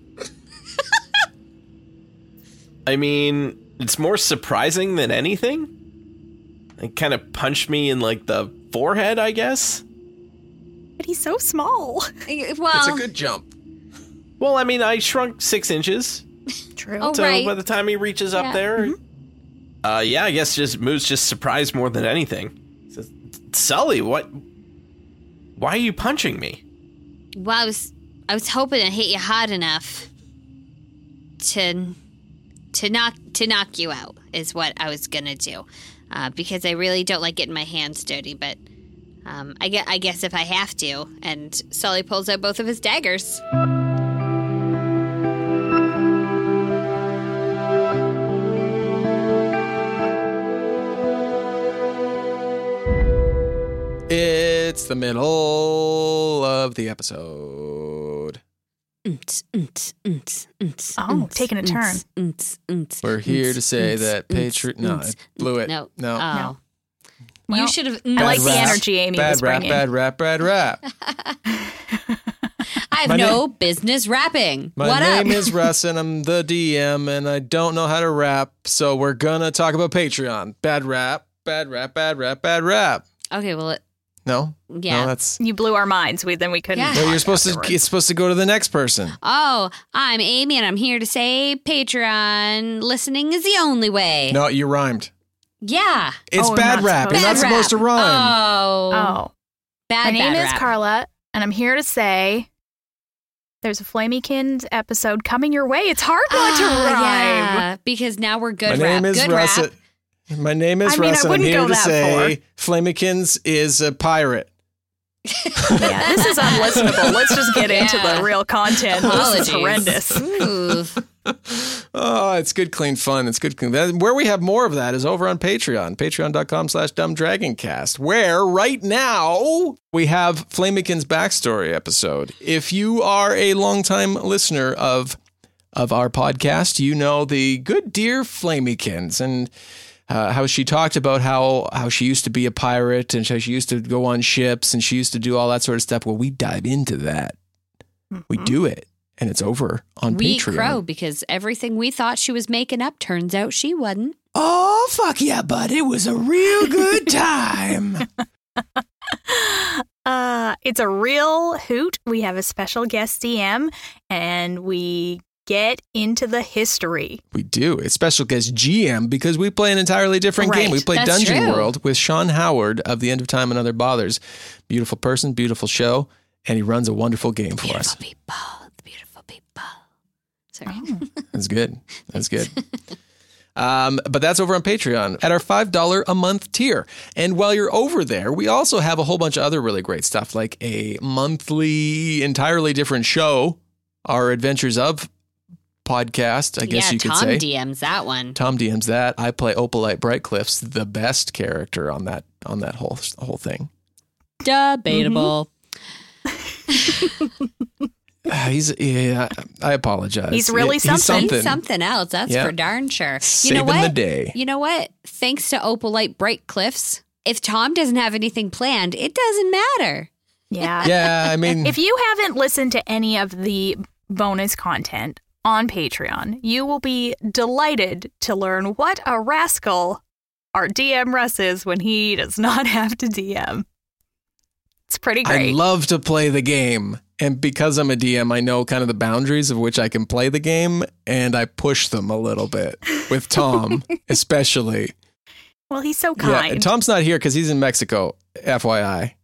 S6: I mean, it's more surprising than anything. It kind of punched me in like the forehead, I guess.
S4: But he's so
S5: <laughs>
S4: small.
S5: Uh,
S3: It's
S5: Well,
S3: a good jump.
S6: Well, I mean, I shrunk six inches.
S4: True.
S5: Oh,
S6: So
S5: right.
S6: by the time he reaches
S5: Yeah. Mm-hmm.
S6: up there, uh, yeah, I guess just Moose just surprised more than anything. He says, Sully, what? Why are you punching me?
S5: well, I was I was hoping to hit you hard enough. to to knock to knock you out is what I was gonna do, uh, because I really don't like getting my hands dirty. But um, I guess, I guess if I have to, and Sully pulls out both of his daggers.
S3: It's the middle of the episode.
S4: Oh, taking a turn.
S3: We're here to say that Patriot. No, I blew it.
S5: No,
S3: no.
S5: oh.
S4: Well,
S5: you should have.
S4: I like the
S3: rap.
S4: energy Amy was
S3: Bad rap,
S4: bringing.
S3: bad rap, bad rap.
S5: I have
S3: My
S5: no business rapping.
S3: My
S5: what
S3: name
S5: up?
S3: is Russ, and I'm the DM, and I don't know how to rap, so we're gonna talk about Patreon. Bad rap, bad rap, bad rap, bad rap.
S5: okay, well, it-
S3: No,
S5: yeah.
S3: no, that's.
S4: You blew our minds. We then we couldn't.
S5: Yeah.
S3: No,
S4: <laughs>
S3: you're
S4: talk
S3: supposed to.
S4: afterwards.
S3: It's supposed to go to the next person.
S5: Oh, I'm Amy, and I'm here to say Patreon listening is the only way.
S3: No, you rhymed.
S5: Yeah.
S3: It's
S4: Oh,
S3: bad
S4: not
S3: rap. You're not
S4: supposed
S5: Bad
S3: supposed to
S5: rap.
S3: rhyme.
S5: Oh,
S4: Oh,
S5: bad.
S4: my name
S5: bad
S4: is
S5: rap.
S4: Carla, and I'm here to say there's a Flamykins episode coming your way. It's hard not to
S5: Ah,
S4: rhyme.
S5: yeah, because now we're
S3: My
S5: good
S3: name
S5: rap.
S3: is
S5: Good
S3: Russ. <laughs>
S5: rap.
S3: My name is
S4: I mean, I
S3: Russ, and I'm
S4: wouldn't
S3: here
S4: go
S3: to
S4: that
S3: say Flamikins is a pirate.
S4: Yeah, this is unlistenable. Let's just get into
S5: <laughs> Yeah.
S4: the real content. This is
S5: Apologies.
S4: horrendous.
S5: Ooh.
S3: <laughs> Oh, it's good, clean fun. It's good, clean. That, where we have more of that is over on Patreon, patreon.com slash dumbdragoncast, where right now we have Flamikin's backstory episode. If you are a longtime listener of of our podcast, you know the good dear Flamikins and uh, how she talked about how how she used to be a pirate and how she used to go on ships and she used to do all that sort of stuff. Well, we dive into that. We do it, and it's over <laughs> on
S5: we
S3: Patreon.
S5: crow because everything we thought she was making up turns out she wasn't.
S3: Oh, fuck yeah, bud. It was a real
S5: <laughs>
S3: good time.
S4: Uh, it's a real hoot. We have a special guest DM, and we get into the history.
S3: we do. It's special guest GM because we play an entirely different
S4: Right.
S3: game. We play
S5: That's
S3: Dungeon
S5: true.
S3: World with Sean Howard of The End of Time and Other Bothers. Beautiful person, beautiful show, and he runs a wonderful game for us.
S5: Beautiful people, the beautiful people. Sorry.
S3: That's good. That's good. <laughs> Um, but that's over on Patreon at our $5 a month tier. And while you're over there, we also have a whole bunch of other really great stuff, like a monthly, entirely different show, our Adventures of podcast, I guess
S5: yeah,
S3: you could
S5: Tom
S3: say.
S5: DMs that one.
S3: Tom DMs that. I play Opalite Brightcliffs, the best character on that on that whole whole thing. <sighs>
S5: Debatable.
S3: He's yeah, I apologize.
S4: He's really
S3: He's
S4: something.
S3: something.
S5: He's something else. That's
S3: Yeah.
S5: for darn sure.
S3: Saving
S5: you know what?
S3: the day.
S5: You know what? Thanks to Opalite Bright Cliffs, if Tom doesn't have anything planned, it doesn't matter.
S4: Yeah.
S3: Yeah, I mean
S4: If you haven't listened to any of the bonus content on Patreon, you will be delighted to learn what a rascal our DM Russ is when he does not <laughs> have to DM. It's pretty
S3: I
S4: <laughs> great.
S3: love to play the game. And because I'm a DM, I know kind of the boundaries of which I can play the game, and I push them a little bit with
S4: <laughs>
S3: Tom, especially.
S4: well, he's so
S3: Yeah,
S4: kind. Yeah,
S3: Tom's not here because he's in Mexico, FYI.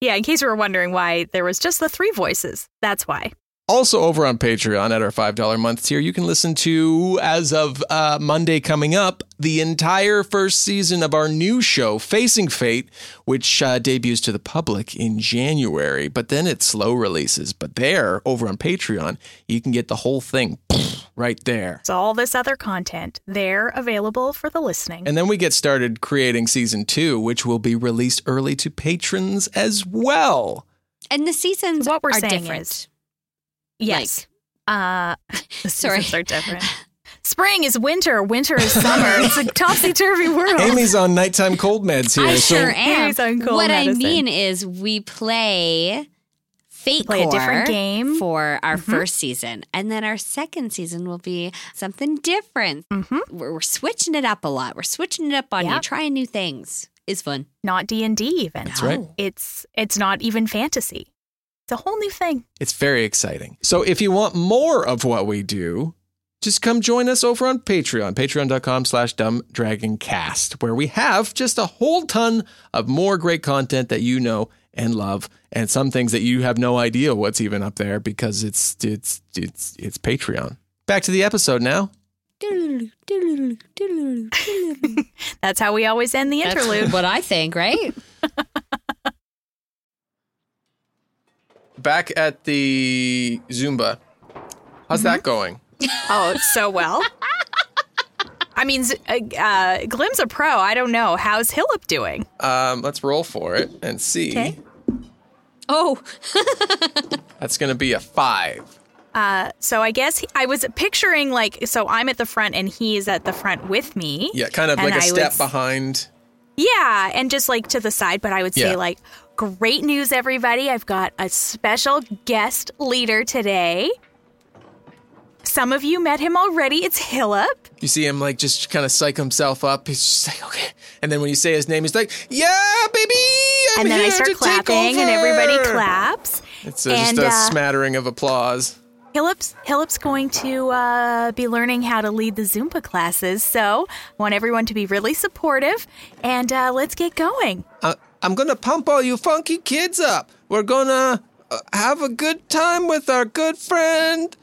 S4: in case you were wondering why there was just the three voices, that's why.
S3: Also, over on Patreon at our $5 month tier, you can listen to, as of uh, Monday coming up, the entire first season of our new show, Facing Fate, which uh, debuts to the public in January, but then it slow releases. But there, over on Patreon, you can get the whole thing <sniffs> right there.
S4: So all this other content, they're available for the listening.
S3: And then we get started creating season two, which will be released early to patrons as well.
S5: And the seasons
S4: What we're
S5: are
S4: saying
S5: different.
S4: is- yes. <laughs> uh the
S5: Sorry.
S4: seasons are different. Spring is winter, winter is summer. it's a topsy-turvy world.
S3: Amy's on nighttime cold meds here.
S5: Oh. I
S3: so-
S5: sure am.
S4: Here's on cold
S5: What I
S4: medicine.
S5: mean is we play Fate
S4: Play a
S5: Core
S4: different game. Mm-hmm.
S5: for our first season, and then our second season will be something different.
S4: hmm
S5: We're, we're switching it up a lot. We're switching it up on you,
S4: Yep.
S5: trying new things. Is fun.
S4: Not D and D even.
S3: That's right.
S4: It's it's not even fantasy. It's a whole new thing.
S3: It's very exciting. So if you want more of what we do, just come join us over on Patreon, patreon.com slash dumbdragoncast, where we have just a whole ton of more great content that you know and love, and some things that you have no idea what's even up there because it's it's it's it's Patreon. Back to the episode now.
S4: That's how we always end the interlude.
S5: <laughs>
S8: That's what I think,
S4: <laughs>
S8: right?
S3: Back at the Zumba. How's
S4: Mm-hmm.
S3: that going?
S4: oh, so well. I mean, Z- uh, uh, Glim's a pro. I don't know. How's Hillip doing?
S3: Um, let's roll for it and see.
S4: Okay.
S8: Oh,
S3: That's going to be a five.
S4: Uh, so I guess he, I was picturing like, so I'm at the front and he is at the front with me.
S3: Yeah, kind of
S4: And
S3: like a
S4: I
S3: step
S4: was-
S3: behind.
S4: Yeah, and just like to the side, but I would say
S3: Yeah.
S4: like, great news, everybody! I've got a special guest leader today. Some of you met him already. It's Hillip.
S3: You see him like just kind of psych himself up. He's just like, okay. And then when you say his name, he's like, yeah, baby. I'm
S4: and then I
S3: here
S4: start
S3: to take
S4: clapping, and
S3: over."
S4: everybody claps.
S3: It's uh, just
S4: And,
S3: a
S4: uh,
S3: smattering of applause.
S4: Hillip's, Hillip's going to uh, be learning how to lead the Zumba classes, so I want everyone to be really supportive, and uh, let's get going.
S3: I- I'm gonna pump all you funky kids up. We're gonna uh, have a good time with our good friend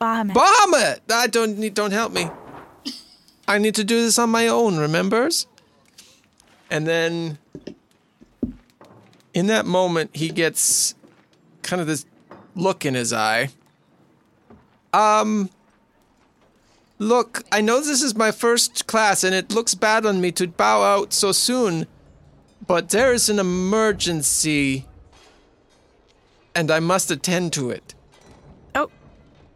S4: Bahamut.
S3: Bahamut. I don't need. Don't help me. I need to do this on my own. Remembers. And then, in that moment, he gets kind of this look in his eye. Um. Look, I know this is my first class, and it looks bad on me to bow out so soon, but there is an emergency, and I must attend to it.
S4: oh,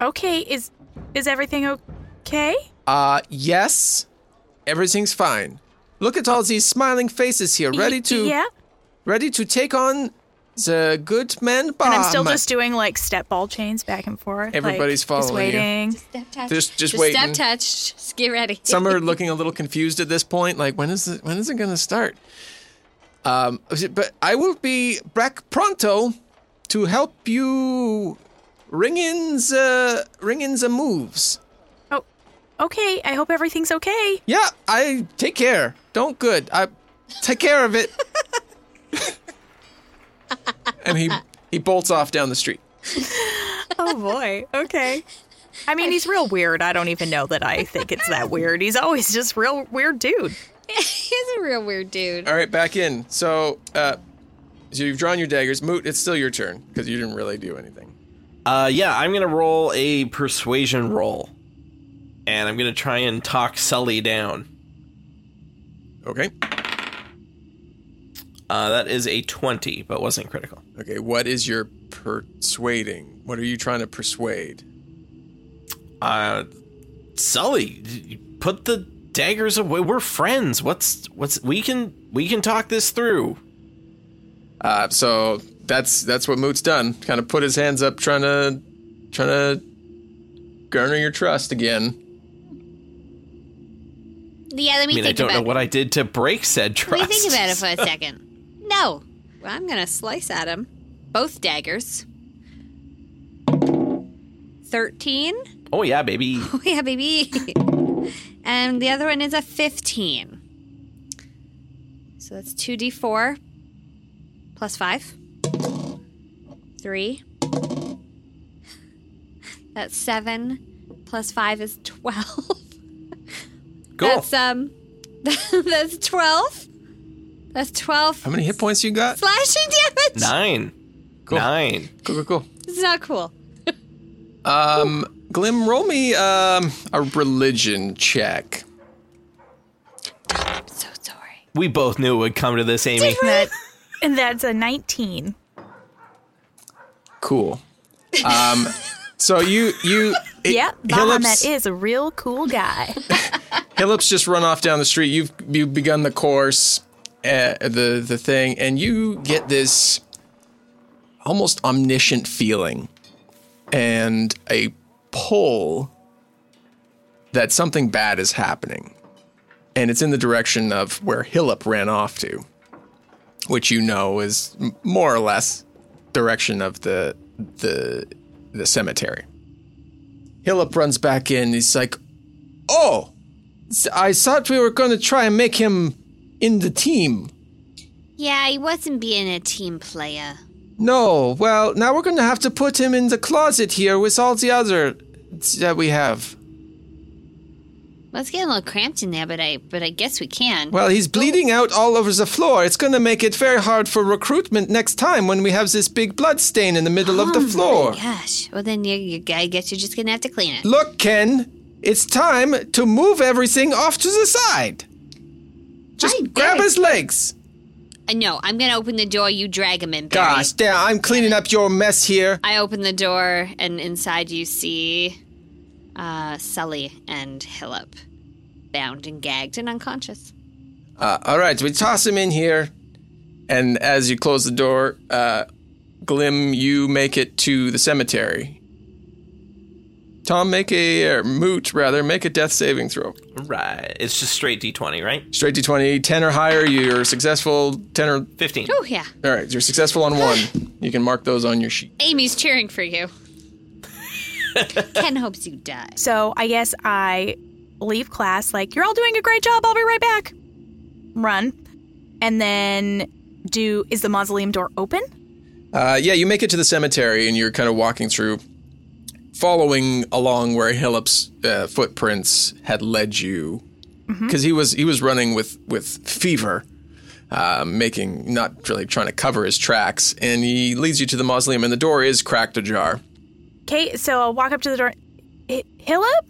S4: okay. Is is everything okay?
S3: Uh, yes, everything's fine. Look at all these smiling faces here, ready to
S4: <laughs> Yeah.
S3: ready to take on the good man Bahamut.
S4: And I'm still just doing like step ball chains back and forth. like,
S3: Ah, Everybody's
S4: Just
S3: following you.
S4: waiting.
S8: step touch.
S3: Just- just
S8: Step
S3: waiting.
S8: touch. Just get ready. <laughs>
S3: <laughs> Some
S4: <laughs>
S3: are looking a little confused at this point, like when is it, when is it going to start? Um, but I will be back pronto to help you ring in the ring in the moves.
S4: Oh, okay. I hope everything's okay.
S3: Yeah, I take care. Don't good. I take care of it. <laughs> and he he bolts off down the street.
S4: Oh boy. Okay. I mean, he's real weird. I don't even know that I think it's that weird. He's always just real weird dude.
S8: He's a real weird dude.
S3: All right, back in. So, uh, so you've drawn your daggers. Moot, it's still your turn because you didn't really do anything.
S6: Uh, yeah, I'm gonna roll a persuasion roll, and I'm gonna try and talk Sully down.
S3: Okay.
S6: Uh, that is a twenty, but wasn't critical.
S3: Okay. What is your persuading? What are you trying to persuade?
S6: Uh, Sully, you put the daggers away. We're friends. What's what's we can we can talk this through.
S3: Uh, so that's that's what Moot's done. Kind of put his hands up, trying to trying to garner your trust again.
S5: Yeah, let
S6: I
S5: me
S6: mean, I
S5: think
S6: don't know
S5: about
S6: what I did to break said
S5: Let
S6: trust.
S5: me think about it for a
S6: <laughs>
S5: second. No.
S8: Well, I'm gonna slice at him. Both daggers.
S5: 13?
S6: Oh
S5: <laughs>
S6: yeah, baby.
S5: Oh, yeah, baby. and the other one is a 15. So that's 2d4 plus 5. 3. That's 7 plus 5 is <laughs> 12.
S6: Cool.
S5: That's, um, <laughs> that's 12. That's 12
S3: How many hit points you got?
S5: slashing damage.
S6: Nine. Nine.
S3: Cool, cool, cool.
S5: It's not cool.
S3: Um, Glim, roll me um, a religion check.
S5: I'm so sorry.
S6: We both knew it would come to this, Amy.
S4: And that- and that's a 19.
S3: Cool. Um, so you you it-
S4: yeah,
S3: Hillip's,
S4: Bahamut is a real cool guy.
S3: Hillip's just run off down the street. You've you've begun the course, uh, the the thing, and you get this almost omniscient feeling and a pull that something bad is happening, and it's in the direction of where Hillip ran off to, which you know is m- more or less direction of the the the cemetery. Hillip runs back in. He's like, "Oh." I thought we were going to try and make him in the team.
S5: Yeah, he wasn't being a team player.
S3: No, well, now we're going to have to put him in the closet here with all the other that we have.
S5: Well, it's getting a little cramped in there, but I but I guess we can.
S3: Well, he's bleeding out all over the floor. It's going to make it very hard for recruitment next time when we have this big blood stain in the middle of the floor.
S5: Gosh. Oh, Well, then you, you I guess you're just gonna have to clean it.
S3: Look, Ken, it's time to move everything off to the side. Just
S5: I
S3: grab
S5: did.
S3: his legs.
S5: Uh, no, I'm gonna open the door. You drag him in. Barry.
S3: Gosh, damn, I'm cleaning up your mess here.
S5: I open the door, and inside you see uh, Sully and Hillip, bound and gagged and unconscious.
S3: Uh, all right, we toss him in here. And as you close the door, uh, Glim, you make it to the cemetery. Tom, make a, or Moot, rather, make a death saving throw.
S6: Right. It's just straight D20, right?
S3: Straight to 20, 10 or higher, you're successful. 10 or.
S6: 15.
S5: Oh yeah,
S3: All right, you're successful on one. You can mark those on your sheet.
S5: Amy's cheering
S3: <laughs>
S5: for you. Ken hopes you die.
S4: So I guess I leave class like, you're all doing a great job. I'll be right back. Run. And then do, is the mausoleum door open?
S3: Uh, yeah, you make it to the cemetery and you're kind of walking through, following along where Hillip's uh, footprints had led you, because he was he was running with with fever, uh, making not really trying to cover his tracks, and he leads you to the mausoleum and the door is cracked ajar.
S4: Okay, so I'll walk up to the door. Hi- Hillip?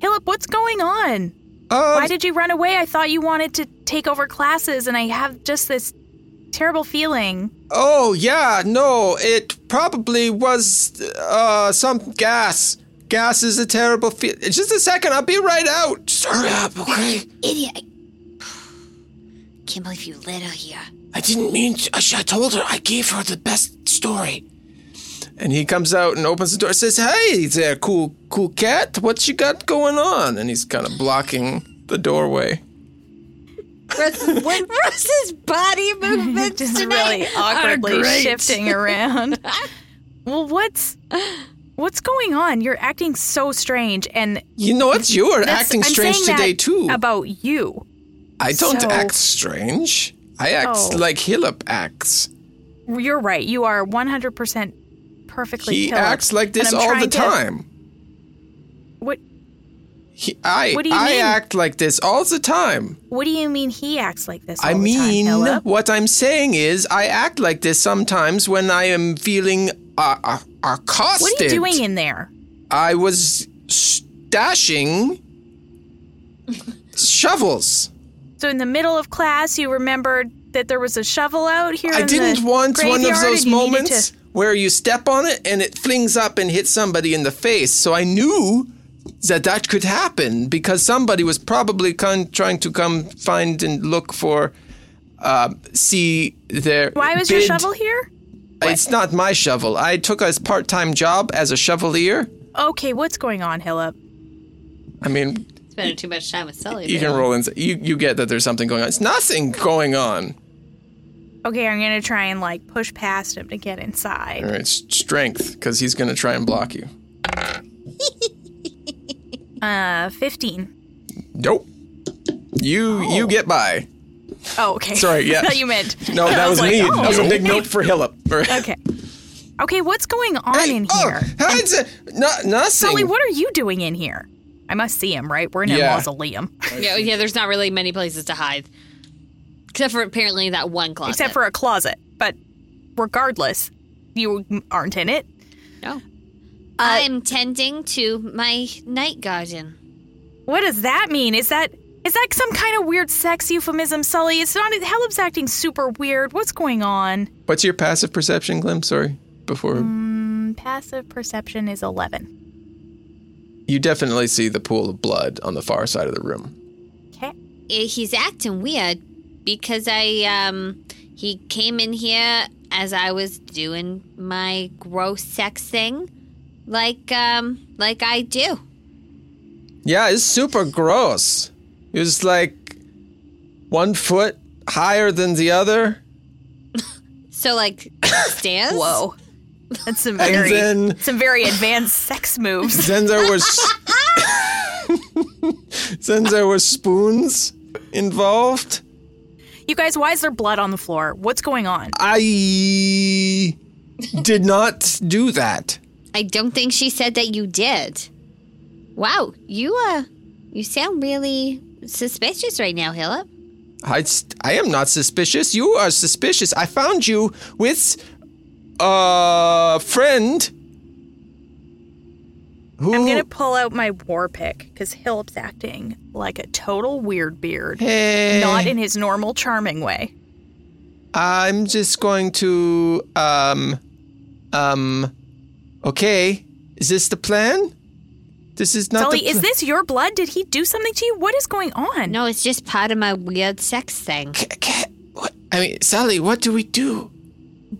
S4: Hillip, what's going on?
S3: Um,
S4: Why did you run away? I thought you wanted to take over classes, and I have just this terrible feeling.
S3: Oh yeah, no, it probably was uh some gas. Gas is a terrible fe- Just a second, I'll be right out. Just hurry up, okay?
S5: Idiot! I can't believe you let
S3: <laughs>
S5: her here.
S3: I didn't mean to. I sh- I told her. I gave her the best story. And he comes out and opens the door. Says, "Hey there, cool, cool cat. What you got going on?" And he's kind of blocking the doorway.
S8: Russ's, Russ's body
S3: <laughs>
S8: movements
S4: Just
S8: tonight
S4: really
S8: are
S4: awkwardly
S8: great.
S4: shifting around. well, what's what's going on? You're acting so strange, and
S3: You know what? You are
S4: that's-
S3: acting
S4: I'm
S3: strange
S4: saying
S3: today
S4: that
S3: too.
S4: About you,
S3: I don't
S4: so-
S3: act strange. I act
S4: Oh.
S3: like Hillip acts.
S4: you're right. You are 100 percent perfectly.
S3: He
S4: Hillip,
S3: acts like this
S4: and I'm
S3: all the
S4: trying to-
S3: time.
S4: what
S3: He, I
S4: What do you
S3: I
S4: mean?
S3: act like this all the time.
S4: What do you mean he acts like this?
S3: I
S4: all the time,
S3: mean,
S4: Hillip?
S3: what I'm saying is, I act like this sometimes when I am feeling uh, uh, accosted.
S4: what are you doing in there?
S3: I was
S4: <laughs>
S3: stashing shovels.
S4: So in the middle of class, you remembered that there was a shovel out here.
S3: I
S4: in
S3: didn't
S4: the
S3: want one of
S4: graveyard
S3: those
S4: and you needed
S3: moments
S4: to-
S3: where you step on it and it flings up and hits somebody in the face. So I knew that that could happen because somebody was probably con- trying to come find and look for, uh, see their.
S4: Why was your
S3: bid.
S4: shovel here?
S3: It's not my shovel. I took a part-time job as a shovelier.
S4: Okay, what's going on, Hillip?
S3: I mean,
S5: Spending too much time with Sully.
S3: you can roll in. You you get that there's something going on. It's nothing going on.
S4: Okay, I'm gonna try and like push past him to get inside.
S3: All right, s- strength, because he's gonna try and block you.
S4: Uh, 15.
S3: Nope. You you get by.
S4: Oh, okay. <laughs>
S3: Sorry, yeah.
S4: I thought you meant.
S3: <laughs> No,
S4: <laughs> I
S3: that was
S4: like,
S3: me.
S4: oh,
S3: That was a big note for Hillip. <laughs>
S4: Okay. Okay, what's going on in
S3: oh,
S4: here?
S3: hey, it's a, no, nothing.
S4: Sully, what are you doing in here? I must see him, right? We're in a
S3: Yeah.
S4: mausoleum.
S5: Yeah, yeah. There's not really many places to hide, except for apparently that one closet.
S4: Except for a closet. But regardless, you aren't in it.
S5: no, Oh.
S4: Uh,
S5: I'm tending to my night garden.
S4: What does that mean? Is that is that some kind of weird sex euphemism, Sully? It's not. Helip's acting super weird. What's going on?
S3: What's your passive perception, Glim? Sorry, before
S4: Mm, Passive perception is eleven.
S3: you definitely see the pool of blood on the far side of the room.
S4: Okay.
S5: Eh, He's acting weird because I um he came in here as I was doing my gross sex thing, like um like I do.
S3: Yeah, it's super gross. It was like one foot higher than the other,
S4: <coughs>
S5: So like stairs.
S4: Whoa. That's <laughs> some
S3: and
S4: very
S3: then
S4: some very advanced <laughs> sex moves.
S3: then there was <laughs> then there were spoons involved.
S4: You guys, why is there blood on the floor? What's going on?
S3: I did not do that.
S5: I don't think she said that you did. Wow, you uh, you sound really suspicious right now, Hillip.
S3: I, I am not suspicious. You are suspicious. I found you with a friend. Who?
S4: I'm gonna pull out my war pick because Hillip's acting like a total weird beard,
S3: Hey.
S4: not in his normal charming way.
S3: I'm just going to um um okay. Is this the plan? This is not
S4: Sully,
S3: the
S4: is
S3: pla-
S4: this your blood? Did he do something to you? What is going on?
S5: No, it's just part of my weird sex thing.
S3: Ca- ca- what? I mean, Sally, what do we do?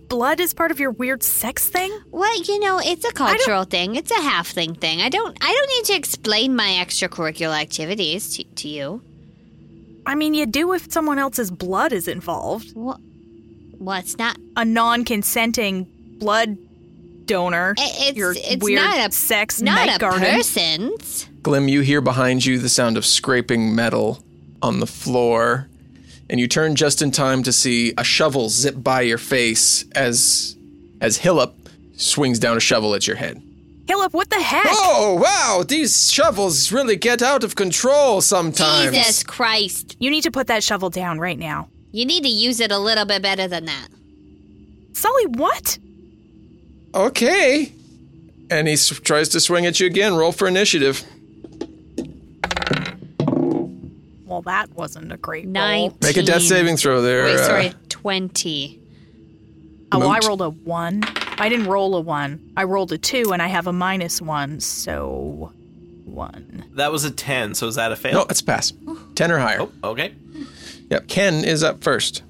S4: Blood is part of your weird sex thing?
S5: Well, you know, it's a cultural thing. It's a halfling thing. I don't I don't need to explain my extracurricular activities to, to you.
S4: I mean, you do if someone else's blood is involved.
S5: Well, well it's not
S4: A non consenting blood donor.
S5: it, it's
S4: your
S5: it's
S4: weird
S5: not a
S4: sex
S5: not
S4: night
S5: a
S4: garden.
S5: person's.
S3: Glim, you hear behind you the sound of scraping metal on the floor, and you turn just in time to see a shovel zip by your face as as Hillip swings down a shovel at your head.
S4: Hillip, what the heck?
S3: Oh wow, these shovels really get out of control sometimes.
S5: Jesus Christ.
S4: You need to put that shovel down right now.
S5: You need to use it a little bit better than that.
S4: Sully, what?
S3: Okay. And he s- tries to swing at you again. Roll for initiative.
S4: Well, that wasn't a great
S5: Nine.
S4: roll.
S3: Make a death saving throw there.
S5: Wait,
S3: uh,
S5: sorry, twenty.
S4: Oh, I
S3: Moot.
S4: rolled a one. I didn't roll a one. I rolled a two, and I have a minus one, so one.
S6: That was a 10, so is that
S3: No,
S6: a fail? Oh,
S3: it's pass. 10 or higher.
S6: Okay.
S3: Yep. Ken is up first.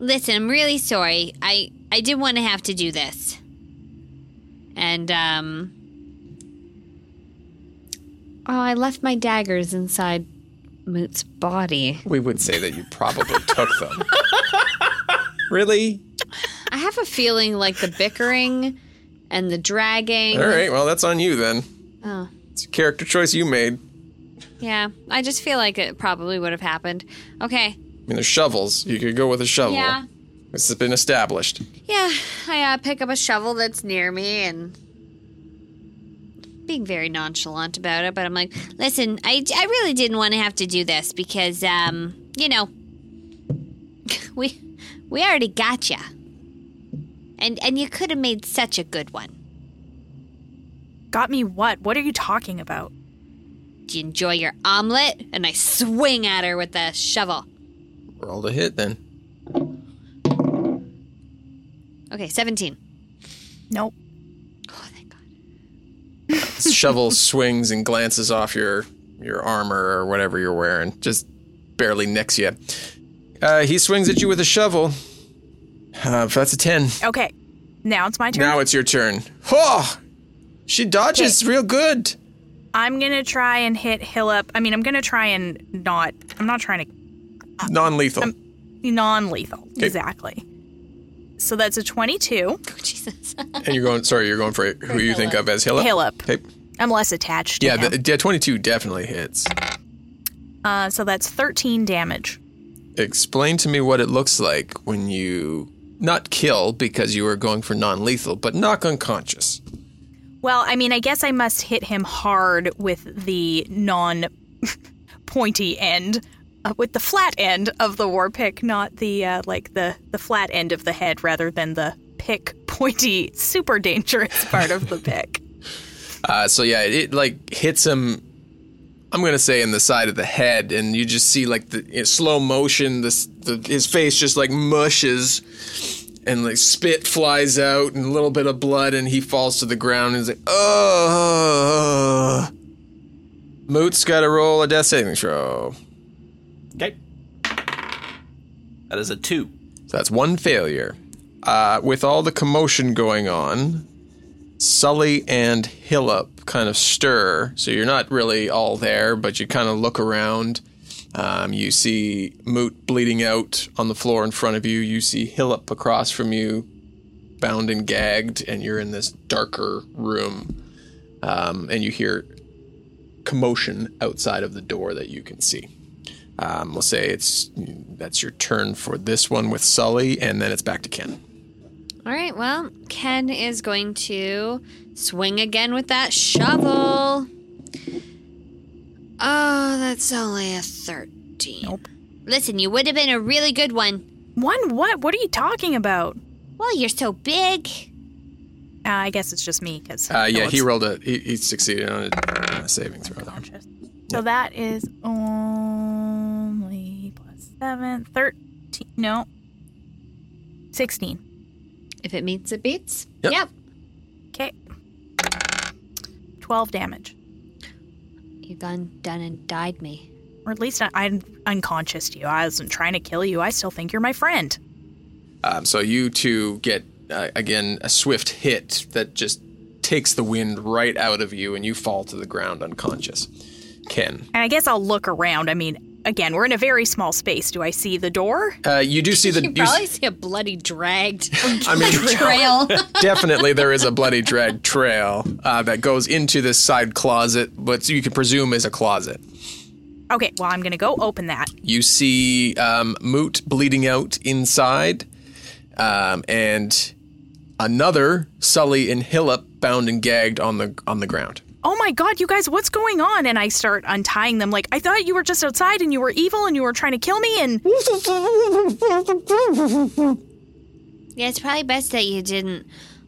S5: Listen, I'm really sorry. I I didn't want to have to do this. And um Oh, I left my daggers inside Moot's body.
S3: We would say that you probably took them. Really?
S5: I have a feeling like the bickering and the dragging.
S3: All right. Well, that's on you then.
S5: Oh,
S3: It's a character choice you made.
S5: yeah. I just feel like it probably would have happened. Okay.
S3: I mean, there's shovels. You could go with a shovel.
S5: Yeah.
S3: This has been established.
S5: Yeah. I uh, pick up a shovel that's near me and being very nonchalant about it, but I'm like, listen, I, I really didn't want to have to do this because, um, you know, <laughs> we we already got ya. And, and you could have made such a good one.
S4: Got me what? What are you talking about?
S5: Do you enjoy your omelet? And I swing at her with the shovel.
S3: Roll to hit then.
S5: Okay, 17.
S4: Nope.
S5: Oh, thank God. <laughs>
S3: This shovel swings and glances off your your armor or whatever you're wearing. Just barely nicks you. Uh, he swings at you with a shovel. Uh, that's a 10.
S4: Okay, now it's my turn.
S3: Now it's your turn. Oh, she dodges real good.
S4: I'm gonna try and hit Hillip. I mean, I'm gonna try and not. I'm not trying to
S3: Non lethal.
S4: non lethal. Exactly. So that's a 22.
S5: Oh, Jesus.
S3: and you're going, sorry, you're going for who you think of as Hillip?
S4: Hillip.
S3: Okay.
S4: I'm less attached. To
S3: Yeah,
S4: him.
S3: the, yeah, 22 definitely hits.
S4: uh, so that's 13 damage.
S3: Explain to me what it looks like when you not kill because you were going for non lethal, but knock unconscious.
S4: Well, I mean, I guess I must hit him hard with the non <laughs> pointy end, uh, with the flat end of the war pick, not the uh, like the the flat end of the head, rather than the pick <laughs> pointy, super dangerous part
S3: <laughs>
S4: of the pick.
S3: Uh, so yeah, it, it like hits him. I'm gonna say in the side of the head, and you just see like the in slow motion. This the, his face just like mushes, and like spit flies out, and a little bit of blood, and he falls to the ground. And he's like, oh. Moot's got to roll a death saving throw.
S6: Okay. That is a 2.
S3: So that's one failure. Uh, with all the commotion going on, Sully and Hillip kind of stir. So you're not really all there, but you kind of look around. Um, you see Moot bleeding out on the floor in front of you. You see Hillip across from you, bound and gagged, and you're in this darker room. Um, and you hear commotion outside of the door that you can see. Um, we'll say it's that's your turn for this one with Sully, and then it's back to Ken.
S5: All right, well, Ken is going to swing again with that shovel. Oh, that's only a 13.
S4: Nope.
S5: Listen, you would have been a really good one.
S4: One what? What are you talking about?
S5: Well, you're so big.
S4: Uh, I guess it's just me because.
S3: Uh, yeah, he rolled a. He, he succeeded on a, on a saving throw. there.
S4: So that is only plus 7, 13, no, 16.
S5: If it meets, it beats.
S3: Yep.
S4: Okay. 12 damage.
S5: You gone done and died me.
S4: Or at least I, I'm unconscious to you. I wasn't trying to kill you. I still think you're my friend.
S3: Um, so you two get uh, again a swift hit that just takes the wind right out of you, and you fall to the ground unconscious. Ken,
S4: And I guess I'll look around. I mean, again, we're in a very small space. Do I see the door?
S3: uh, you do see the.
S5: You
S3: you s-
S5: probably see a bloody dragged <laughs>
S3: I mean,
S5: trail.
S3: <laughs> definitely there is a bloody dread trail uh, that goes into this side closet, but you can presume is a closet.
S4: Okay, well, I'm going to go open that.
S3: You see um, Moot bleeding out inside, um, and another Sully and Hillip bound and gagged on the on the ground.
S4: Oh my God, you guys, what's going on? And I start untying them. Like, I thought you were just outside and you were evil and you were trying to kill me. And
S5: yeah, it's probably best that you didn't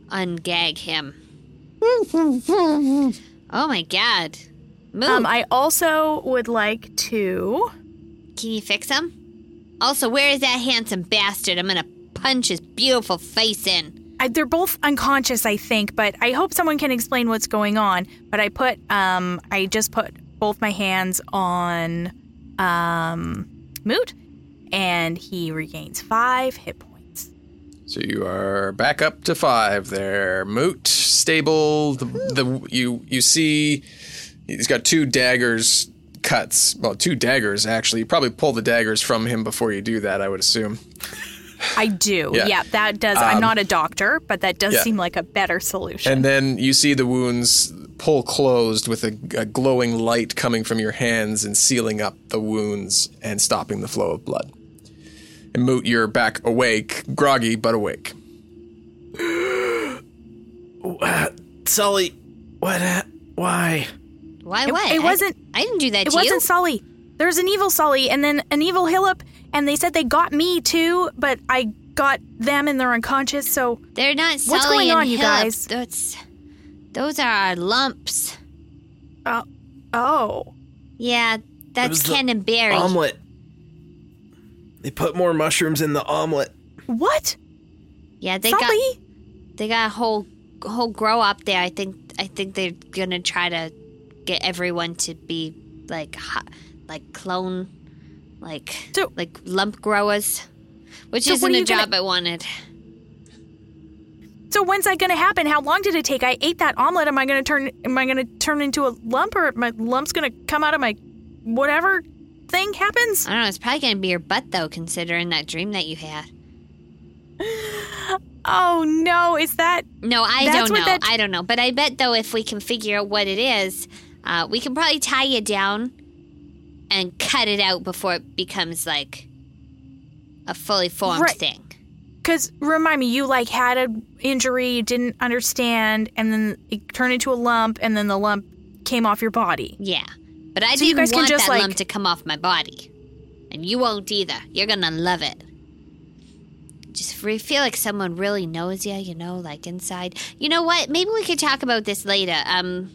S5: ungag him. oh my god. Move.
S4: um, I also would like to.
S5: Can you fix him? Also, where is that handsome bastard? I'm gonna punch his beautiful face in.
S4: I, they're both unconscious, I think, but I hope someone can explain what's going on. But I put, um, I just put both my hands on, um, Moot, and he regains five hit points.
S3: So you are back up to five there. Moot stable. The, the you you see he's got two daggers cuts. Well, two daggers actually. You probably pull the daggers from him before you do that. I would assume.
S4: I do.
S3: Yeah. Um,
S4: Yeah, that does. I'm not a doctor, but that does seem like a better solution.
S3: And then you see the wounds pull closed with a, a glowing light coming from your hands and sealing up the wounds and stopping the flow of blood. And Moot, you're back awake, groggy but awake.
S6: <sighs> Sully, what? ha- Why?
S5: Why?
S4: It-
S5: what?
S4: it
S5: I-
S4: wasn't-
S5: I, didn't do that
S4: it
S5: to
S4: wasn't
S5: you.
S4: Sully. There's an evil Sully, and then an evil Hillip, and they said they got me too, but I got them and they're unconscious. So
S5: They're not Sully
S4: What's going
S5: and
S4: on, you
S5: Hillip.
S4: guys?
S5: That's, those are our lumps.
S4: Uh, oh.
S5: Yeah,
S6: was
S5: that's
S6: the
S5: Ken and Barry.
S6: Omelet. They put more mushrooms in the omelet.
S4: What?
S5: yeah, they
S4: Sully?
S5: got they got a whole whole grow up there. I think I think they're gonna try to get everyone to be like ho- like clone like
S4: So-
S5: like lump growers, which
S4: So what are
S5: isn't a
S4: you gonna-
S5: job I wanted.
S4: So when's that going to happen? How long did it take? I ate that omelet. Am I going to turn? Am I going to turn into a lump, or my lump's going to come out of my whatever thing happens?
S5: I don't know. It's probably gonna be your butt though, considering that dream that you had.
S4: Oh no! Is that
S5: No, I
S4: That's
S5: don't
S4: what
S5: know.
S4: that-
S5: I don't know. But I bet though, if we can figure out what it is, uh, we can probably tie you down and cut it out before it becomes like a fully formed
S4: Right.
S5: thing.
S4: because remind me? You like had an injury you didn't understand, and then it turned into a lump, and then the lump came off your body.
S5: Yeah, but I
S4: So you
S5: didn't
S4: guys can
S5: want
S4: just,
S5: that
S4: like-
S5: lump to come off my body, and you won't either. You're gonna love it. Just re- feel like someone really knows you, you know, like inside. You know what? Maybe we could talk about this later. Um,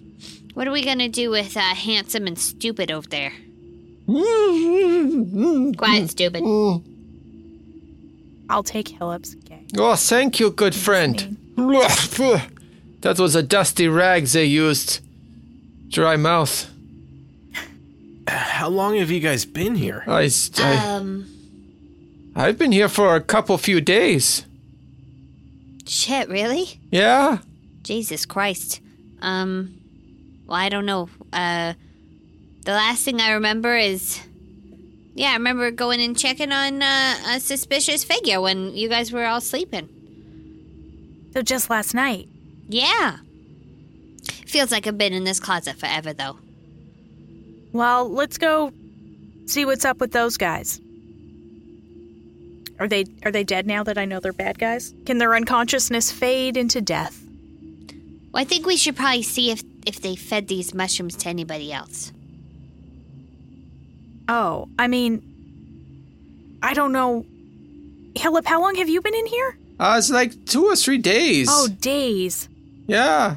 S5: what are we gonna do with uh, handsome and stupid over there? Quiet, stupid.
S4: I'll take Hillip's gag.
S7: Oh, thank you, good friend. <laughs> That was a dusty rag they used. Dry mouth.
S6: How long have you guys been here?
S7: I, s- I,
S5: Um,
S7: I've been here for a couple few days.
S5: shit, really?
S7: Yeah?
S5: Jesus Christ. Um, well, I don't know. Uh, the last thing I remember is, yeah, I remember going and checking on uh, a suspicious figure when you guys were all sleeping.
S4: So just last night.
S5: Yeah. Feels like I've been in this closet forever, though.
S4: Well, let's go see what's up with those guys. Are they are they dead now that I know they're bad guys? Can their unconsciousness fade into death?
S5: Well, I think we should probably see if if they fed these mushrooms to anybody else.
S4: Oh, I mean, I don't know. Hillip, how long have you been in here?
S3: Uh, it's like two or three days.
S4: Oh, days.
S3: Yeah.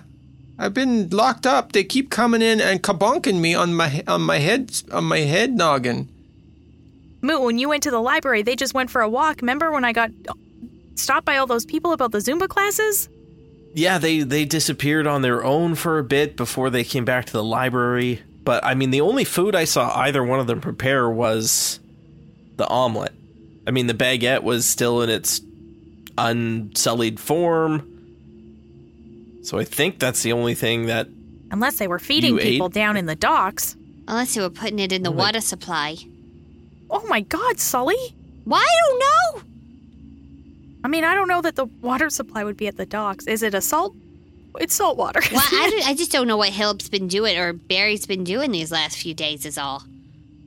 S3: I've been locked up. They keep coming in and kabonking me on my on my head on my head noggin.
S4: Moot, when you went to the library, they just went for a walk. Remember when I got stopped by all those people about the Zumba classes?
S6: Yeah, they they disappeared on their own for a bit before they came back to the library. But I mean, the only food I saw either one of them prepare was the omelet. I mean, the baguette was still in its unsullied form. So I think that's the only thing that
S4: Unless they were feeding
S6: You ate?
S4: people down in the docks.
S5: Unless they were putting it in the water supply.
S4: Oh my god, Sully!
S5: Well, I don't know.
S4: I mean, I don't know that the water supply would be at the docks. Is it a salt? It's salt water.
S5: Well, I, don't- I just don't know what Hillip's been doing or Barry's been doing these last few days is all.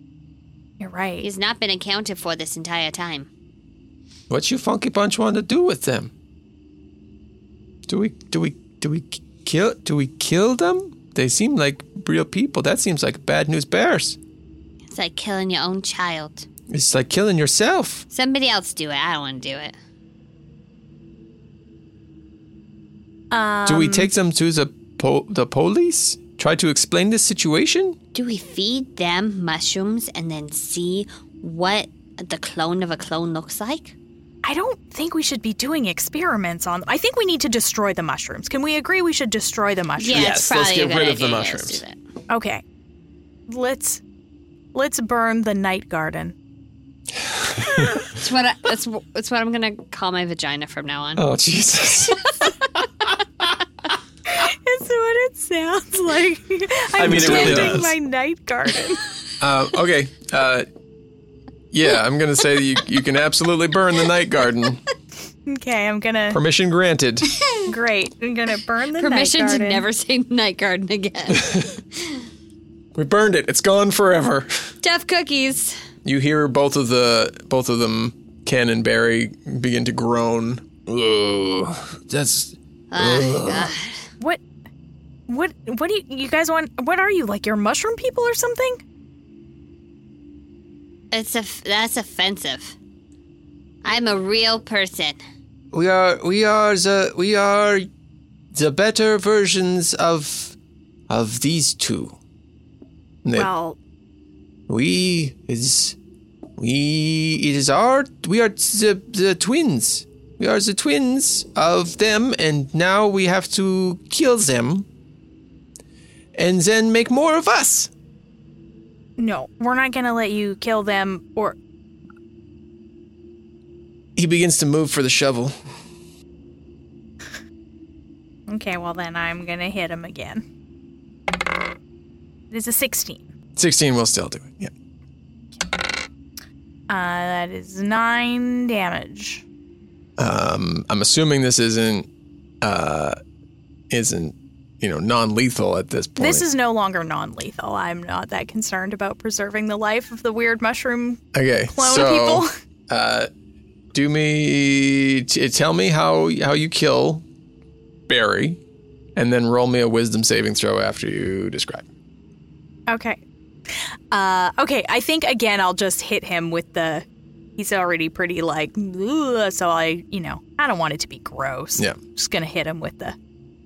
S4: <laughs> You're right.
S5: He's not been accounted for this entire time.
S3: What you funky bunch want to do with them? Do we do we do we k- kill do we kill them? They seem like real people. That seems like bad news bears.
S5: It's like killing your own child.
S3: It's like killing yourself.
S5: Somebody else do it. I don't want to do it.
S4: Um,
S3: do we take them to the po- the police? Try to explain this situation?
S5: Do we feed them mushrooms and then see what the clone of a clone looks like?
S4: I don't think we should be doing experiments on. I think we need to destroy the mushrooms. Can we agree we should destroy the mushrooms?
S6: Yes, let's
S5: a
S6: get
S5: good
S6: rid of the
S5: idea. Let's do
S6: mushrooms.
S5: that.
S4: Okay. Let's let's burn the night garden. <laughs>
S5: That's what, I, that's, wh- that's what I'm going to call my vagina from now on.
S3: Oh <laughs> Jesus.
S4: It's what it sounds <laughs> like.
S6: <laughs>
S4: I'm
S6: mean, it really
S4: tending
S6: does.
S4: my night garden. <laughs>
S3: Uh, okay. Uh, yeah, I'm gonna say you you can absolutely burn the night garden.
S4: okay, I'm gonna.
S3: Permission granted.
S4: great. I'm gonna burn the
S5: Permission
S4: night
S5: to
S4: garden.
S5: never say night garden
S6: <laughs>
S5: again.
S3: We burned it. It's gone forever.
S5: Tough cookies.
S3: You hear both of the both of them, Ken and Barry, begin to groan. Ugh, that's
S4: What? What? What do you, you guys want? What are you like? You're mushroom people or something?
S5: It's a, that's offensive. I'm a real person.
S3: we are we are the we are the better versions of of these two. And they-
S4: Well,
S3: we is we it is our we are the the twins. We are the twins of them, and now we have to kill them, and then make more of us.
S4: no, we're not gonna let you kill them. Or
S3: He begins to move for the shovel.
S4: okay, well then I'm gonna hit him again. It's a sixteen.
S3: 16 will still do it. Yeah.
S4: Uh, that is nine damage.
S3: Um, I'm assuming this isn't, uh, isn't, you know, non-lethal at this point.
S4: This is no longer non-lethal. I'm not that concerned about preserving the life of the weird mushroom
S3: okay.
S4: clone
S3: so,
S4: people.
S3: uh, do me t- tell me how how you kill Barry, and then roll me a wisdom saving throw after you describe.
S4: Okay. Uh, okay, I think again I'll just hit him with the. He's already pretty like, "Ugh," so I, you know, I don't want it to be gross.
S3: Yeah.
S4: just gonna hit him with the,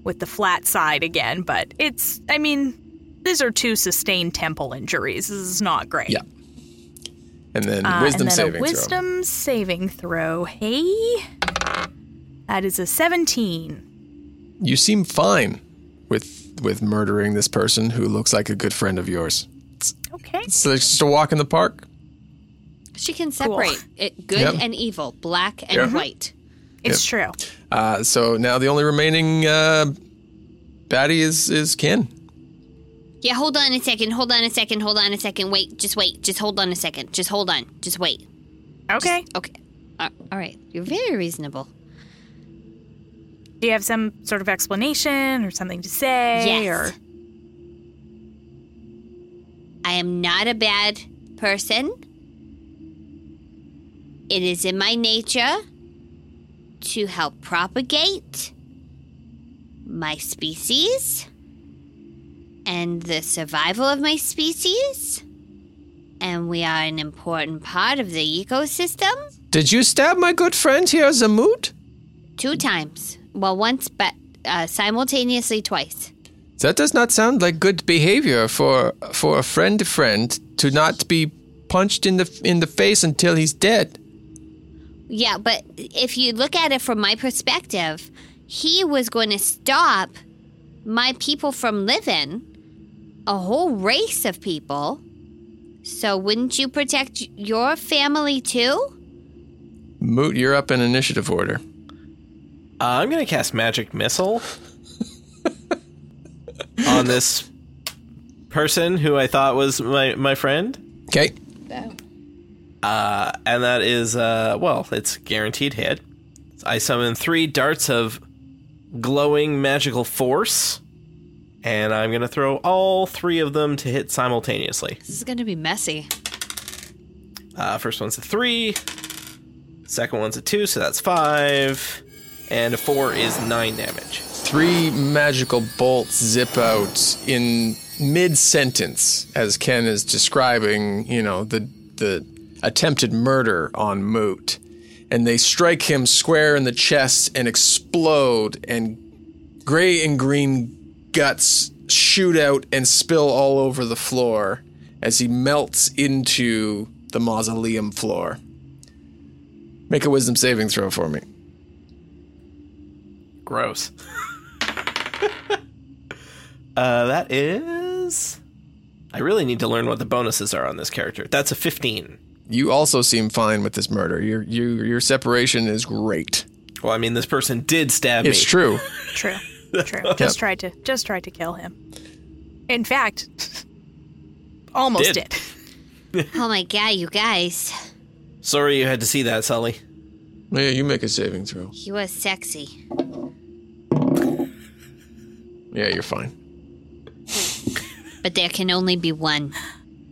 S4: with the flat side again. But it's, I mean, these are two sustained temple injuries. This is not great.
S3: Yeah. And then
S4: Uh,
S3: wisdom
S4: and then
S3: saving
S4: a wisdom saving throw. Hey, that is a seventeen.
S3: throw. You seem fine with with murdering this person who looks like a good friend of yours.
S4: Okay.
S3: So it's just a walk in the park.
S5: She can separate it good
S3: Yep.
S5: and evil, black and
S3: Yep.
S5: white.
S4: It's true.
S3: Uh, so now the only remaining uh, baddie is is Ken.
S5: Yeah, hold on a second. Hold on a second. Hold on a second. Wait, just wait. Just hold on a second. Just hold on. Just wait.
S4: Okay.
S5: Okay. Uh, all right. You're very reasonable.
S4: Do you have some sort of explanation or something to say?
S5: Yes.
S4: Or
S5: I am not a bad person. It is in my nature to help propagate my species and the survival of my species. And we are an important part of the ecosystem.
S7: Did you stab my good friend here, Zamut?
S5: Two times. Well, once, but uh, simultaneously twice.
S7: That does not sound like good behavior for for a friend friend to not be punched in the in the face until he's dead.
S5: Yeah, but if you look at it from my perspective, he was going to stop my people from living, a whole race of people. So wouldn't you protect your family too?
S3: Moot, you're up in initiative order.
S6: Uh, I'm gonna cast magic missile on this person who I thought was my my friend,
S3: Okay.
S6: uh, and that is uh, well, it's guaranteed hit. I summon three darts of glowing magical force, and I'm gonna throw all three of them to hit simultaneously.
S8: This is going to be messy.
S6: Uh, first one's a three, second one's a two, so that's five, and a four is nine damage.
S3: Three magical bolts zip out in mid sentence as Ken is describing, you know, the the attempted murder on Moot. And they strike him square in the chest and explode and gray and green guts shoot out and spill all over the floor as he melts into the mausoleum floor. Make a wisdom saving throw for me.
S9: <laughs>
S6: Gross. uh, that is. I really need to learn what the bonuses are on this character. That's a 15.
S3: you also seem fine with this murder. Your your your separation is great.
S6: Well, I mean, this person did stab me.
S3: It's true. <laughs>
S4: True. True. Just tried to just tried to kill him. In fact, <laughs> almost
S6: Did.
S4: did.
S5: Oh my god, you guys.
S6: Sorry you had to see that, Sully.
S3: Yeah, you make a saving throw.
S5: You are sexy.
S3: Yeah, you're fine.
S5: But there can only be one.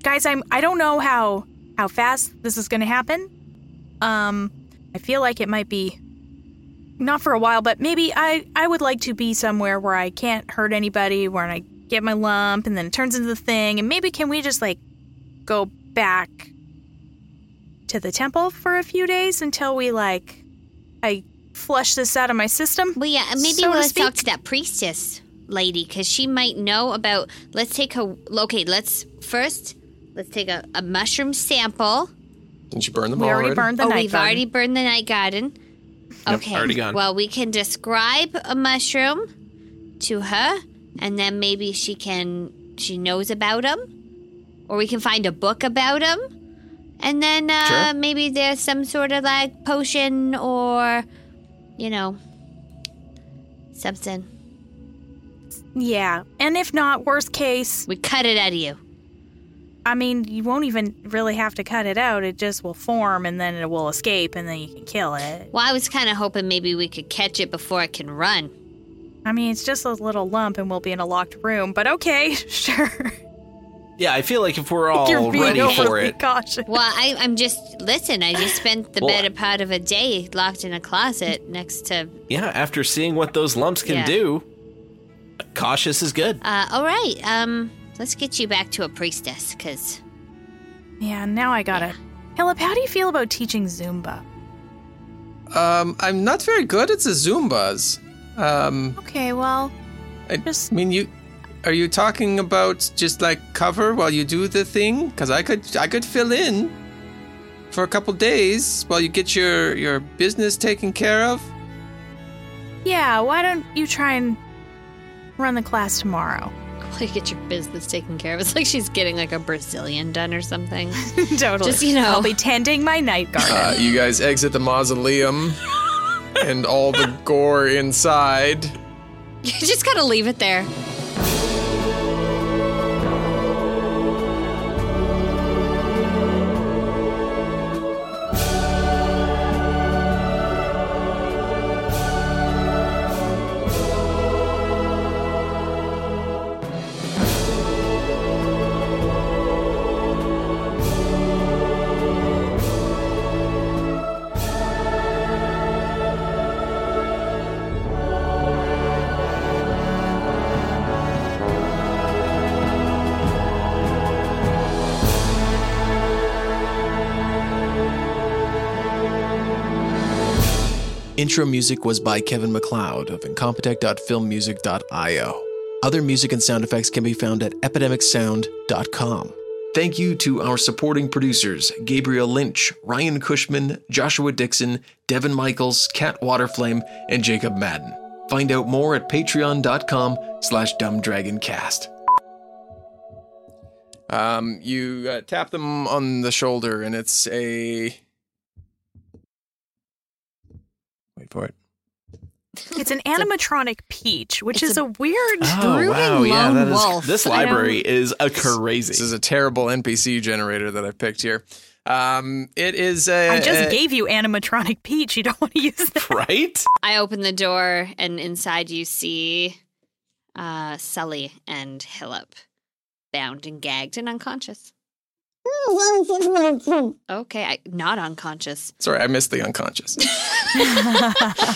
S4: Guys, I'm I don't know how how fast this is going to happen. Um I feel like it might be not for a while, but maybe I I would like to be somewhere where I can't hurt anybody, where I get my lump and then it turns into the thing and maybe can we just like go back to the temple for a few days until we like I flush this out of my system?
S5: Well, yeah, and maybe
S4: so to
S5: let's
S4: speak.
S5: talk to that priestess lady because she might know about. Let's take her. Okay, let's first let's take a, a mushroom sample.
S3: Didn't you burn them
S4: We
S3: all
S4: already
S3: already?
S4: burned the
S5: oh,
S4: night
S5: we've
S4: garden.
S5: already burned the night garden. Okay.
S6: already gone.
S5: Well, we can describe a mushroom to her, and then maybe she can she knows about them, or we can find a book about them, and then uh,
S6: Sure.
S5: maybe there's some sort of like potion or, you know, something.
S4: Yeah. And if not, worst case,
S5: We cut it out of you.
S4: I mean, you won't even really have to cut it out. It just will form and then it will escape and then you can kill it.
S5: Well, I was kind of hoping maybe we could catch it before it can run.
S4: I mean, it's just a little lump and we'll be in a locked room, but okay, <laughs> sure.
S6: Yeah, I feel like if we're all ready for
S4: overly
S6: it.
S4: cautious.
S5: Well, I, I'm just listen. I just spent the
S6: Well,
S5: better part of a day locked in a closet next to.
S6: Yeah, after seeing what those lumps can
S5: Yeah.
S6: do, cautious is good.
S5: Uh, all right, um, let's get you back to a priestess, <laughs> cause
S4: Yeah, now I got it. Caleb, how do you feel about teaching Zumba?
S7: Um, I'm not very good at the Zumbas. Um,
S4: Okay, well,
S7: I
S4: Just-
S7: mean, you are you talking about just like cover while you do the thing? Because I could I could fill in for a couple days while you get your your business taken care of.
S4: yeah, why don't you try and run the class tomorrow? <laughs>
S5: you get your business taken care of. It's like she's getting like a Brazilian done or <laughs> something.
S4: totally.
S5: Just, you know.
S4: I'll be tending my night garden.
S3: Uh, you guys exit the
S4: <laughs>
S3: mausoleum and all the gore inside.
S5: you just gotta leave it there.
S3: Intro music was by Kevin McLeod of incompetech.filmmusic.io. Other music and sound effects can be found at epidemicsound.com. Thank you to our supporting producers, Gabriel Lynch, Ryan Cushman, Joshua Dixon, Devin Michaels, Kat Waterflame, and Jacob Madden. Find out more at patreon.com slash dumbdragoncast. Um, you uh, tap them on the shoulder, and it's a. Wait for it.
S4: It's
S5: <laughs>
S4: an animatronic peach, which is
S5: It's a- Ah.
S4: a weird.
S3: Oh,
S5: Brooding lone
S6: that is-
S5: wolf.
S6: this
S4: I know.
S6: library is a
S3: This
S6: crazy.
S3: is a terrible NPC generator that I picked here. Um, it is a.
S4: I
S5: Uh,
S4: just
S3: a-
S4: gave you animatronic peach. You don't want to <laughs> use that.
S6: <laughs> right?
S5: I open the door, and inside you see uh, Sully and Hillip, bound and gagged and unconscious. Okay, I, not unconscious.
S3: Sorry, I missed the unconscious.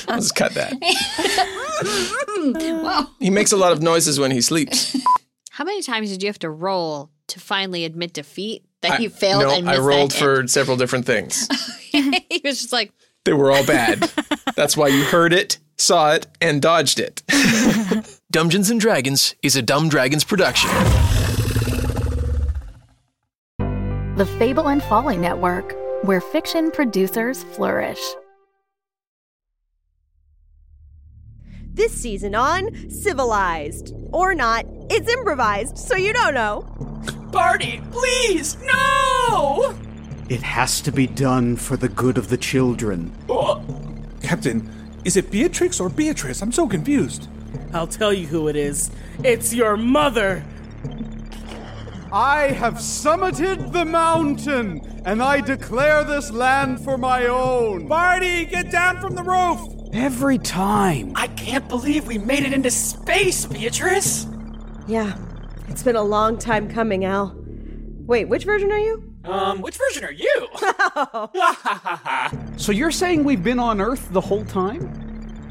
S3: Let's cut that.
S5: Whoa.
S3: He makes a lot of noises when he sleeps.
S5: How many times did you have to roll to finally admit defeat that
S3: I-
S5: you failed
S3: no,
S5: and
S3: I
S5: missed
S3: rolled
S5: <laughs> that
S3: for several different things.
S5: hit? <laughs> he was just like,
S3: They were all bad. That's why you heard it, saw it, and dodged it. Dungeons and Dragons is a Dumb Dragons production.
S1: <laughs> The Fable and Folly Network, where fiction producers flourish.
S10: This season on Civilized. Or not, it's improvised, so you don't know.
S9: Party, please, no!
S11: It has to be done for the good of the children.
S12: Captain, is it Beatrix or Beatrice? I'm so confused.
S9: I'll tell you who it is. It's your mother.
S11: I have summited the mountain, and I declare this land for my own.
S12: Barty, get down from the roof!
S9: Every time. I can't believe we made it into space, Beatrice.
S10: Yeah, it's been a long time coming, Al. Wait, which version are you?
S9: Um, which version are you?
S13: So you're saying we've been on Earth the whole time?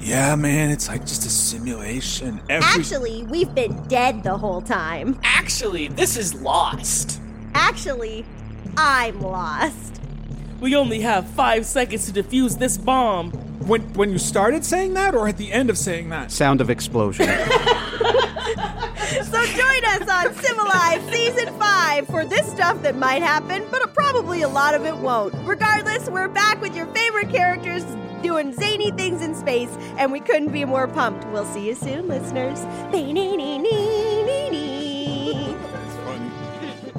S12: Yeah, man, it's like just a simulation. Every-
S10: Actually, we've been dead the whole time.
S9: Actually, this is lost.
S10: Actually, I'm lost.
S9: We only have five seconds to defuse this bomb.
S12: when when you started saying that, or at the end of saying that?
S13: Sound of explosion.
S10: So join us on Civilized Season 5 for this stuff that might happen, but probably a lot of it won't. Regardless, we're back with your favorite characters doing zany things in space, and we couldn't be more pumped. We'll see you soon, listeners.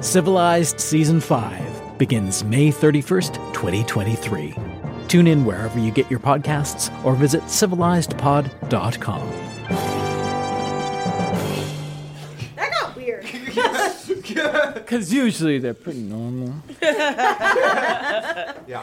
S14: <laughs> Civilized Season 5 begins May 31st, 2023. Tune in wherever you get your podcasts or visit civilizedpod.com.
S10: That got weird.
S13: Because usually they're pretty normal.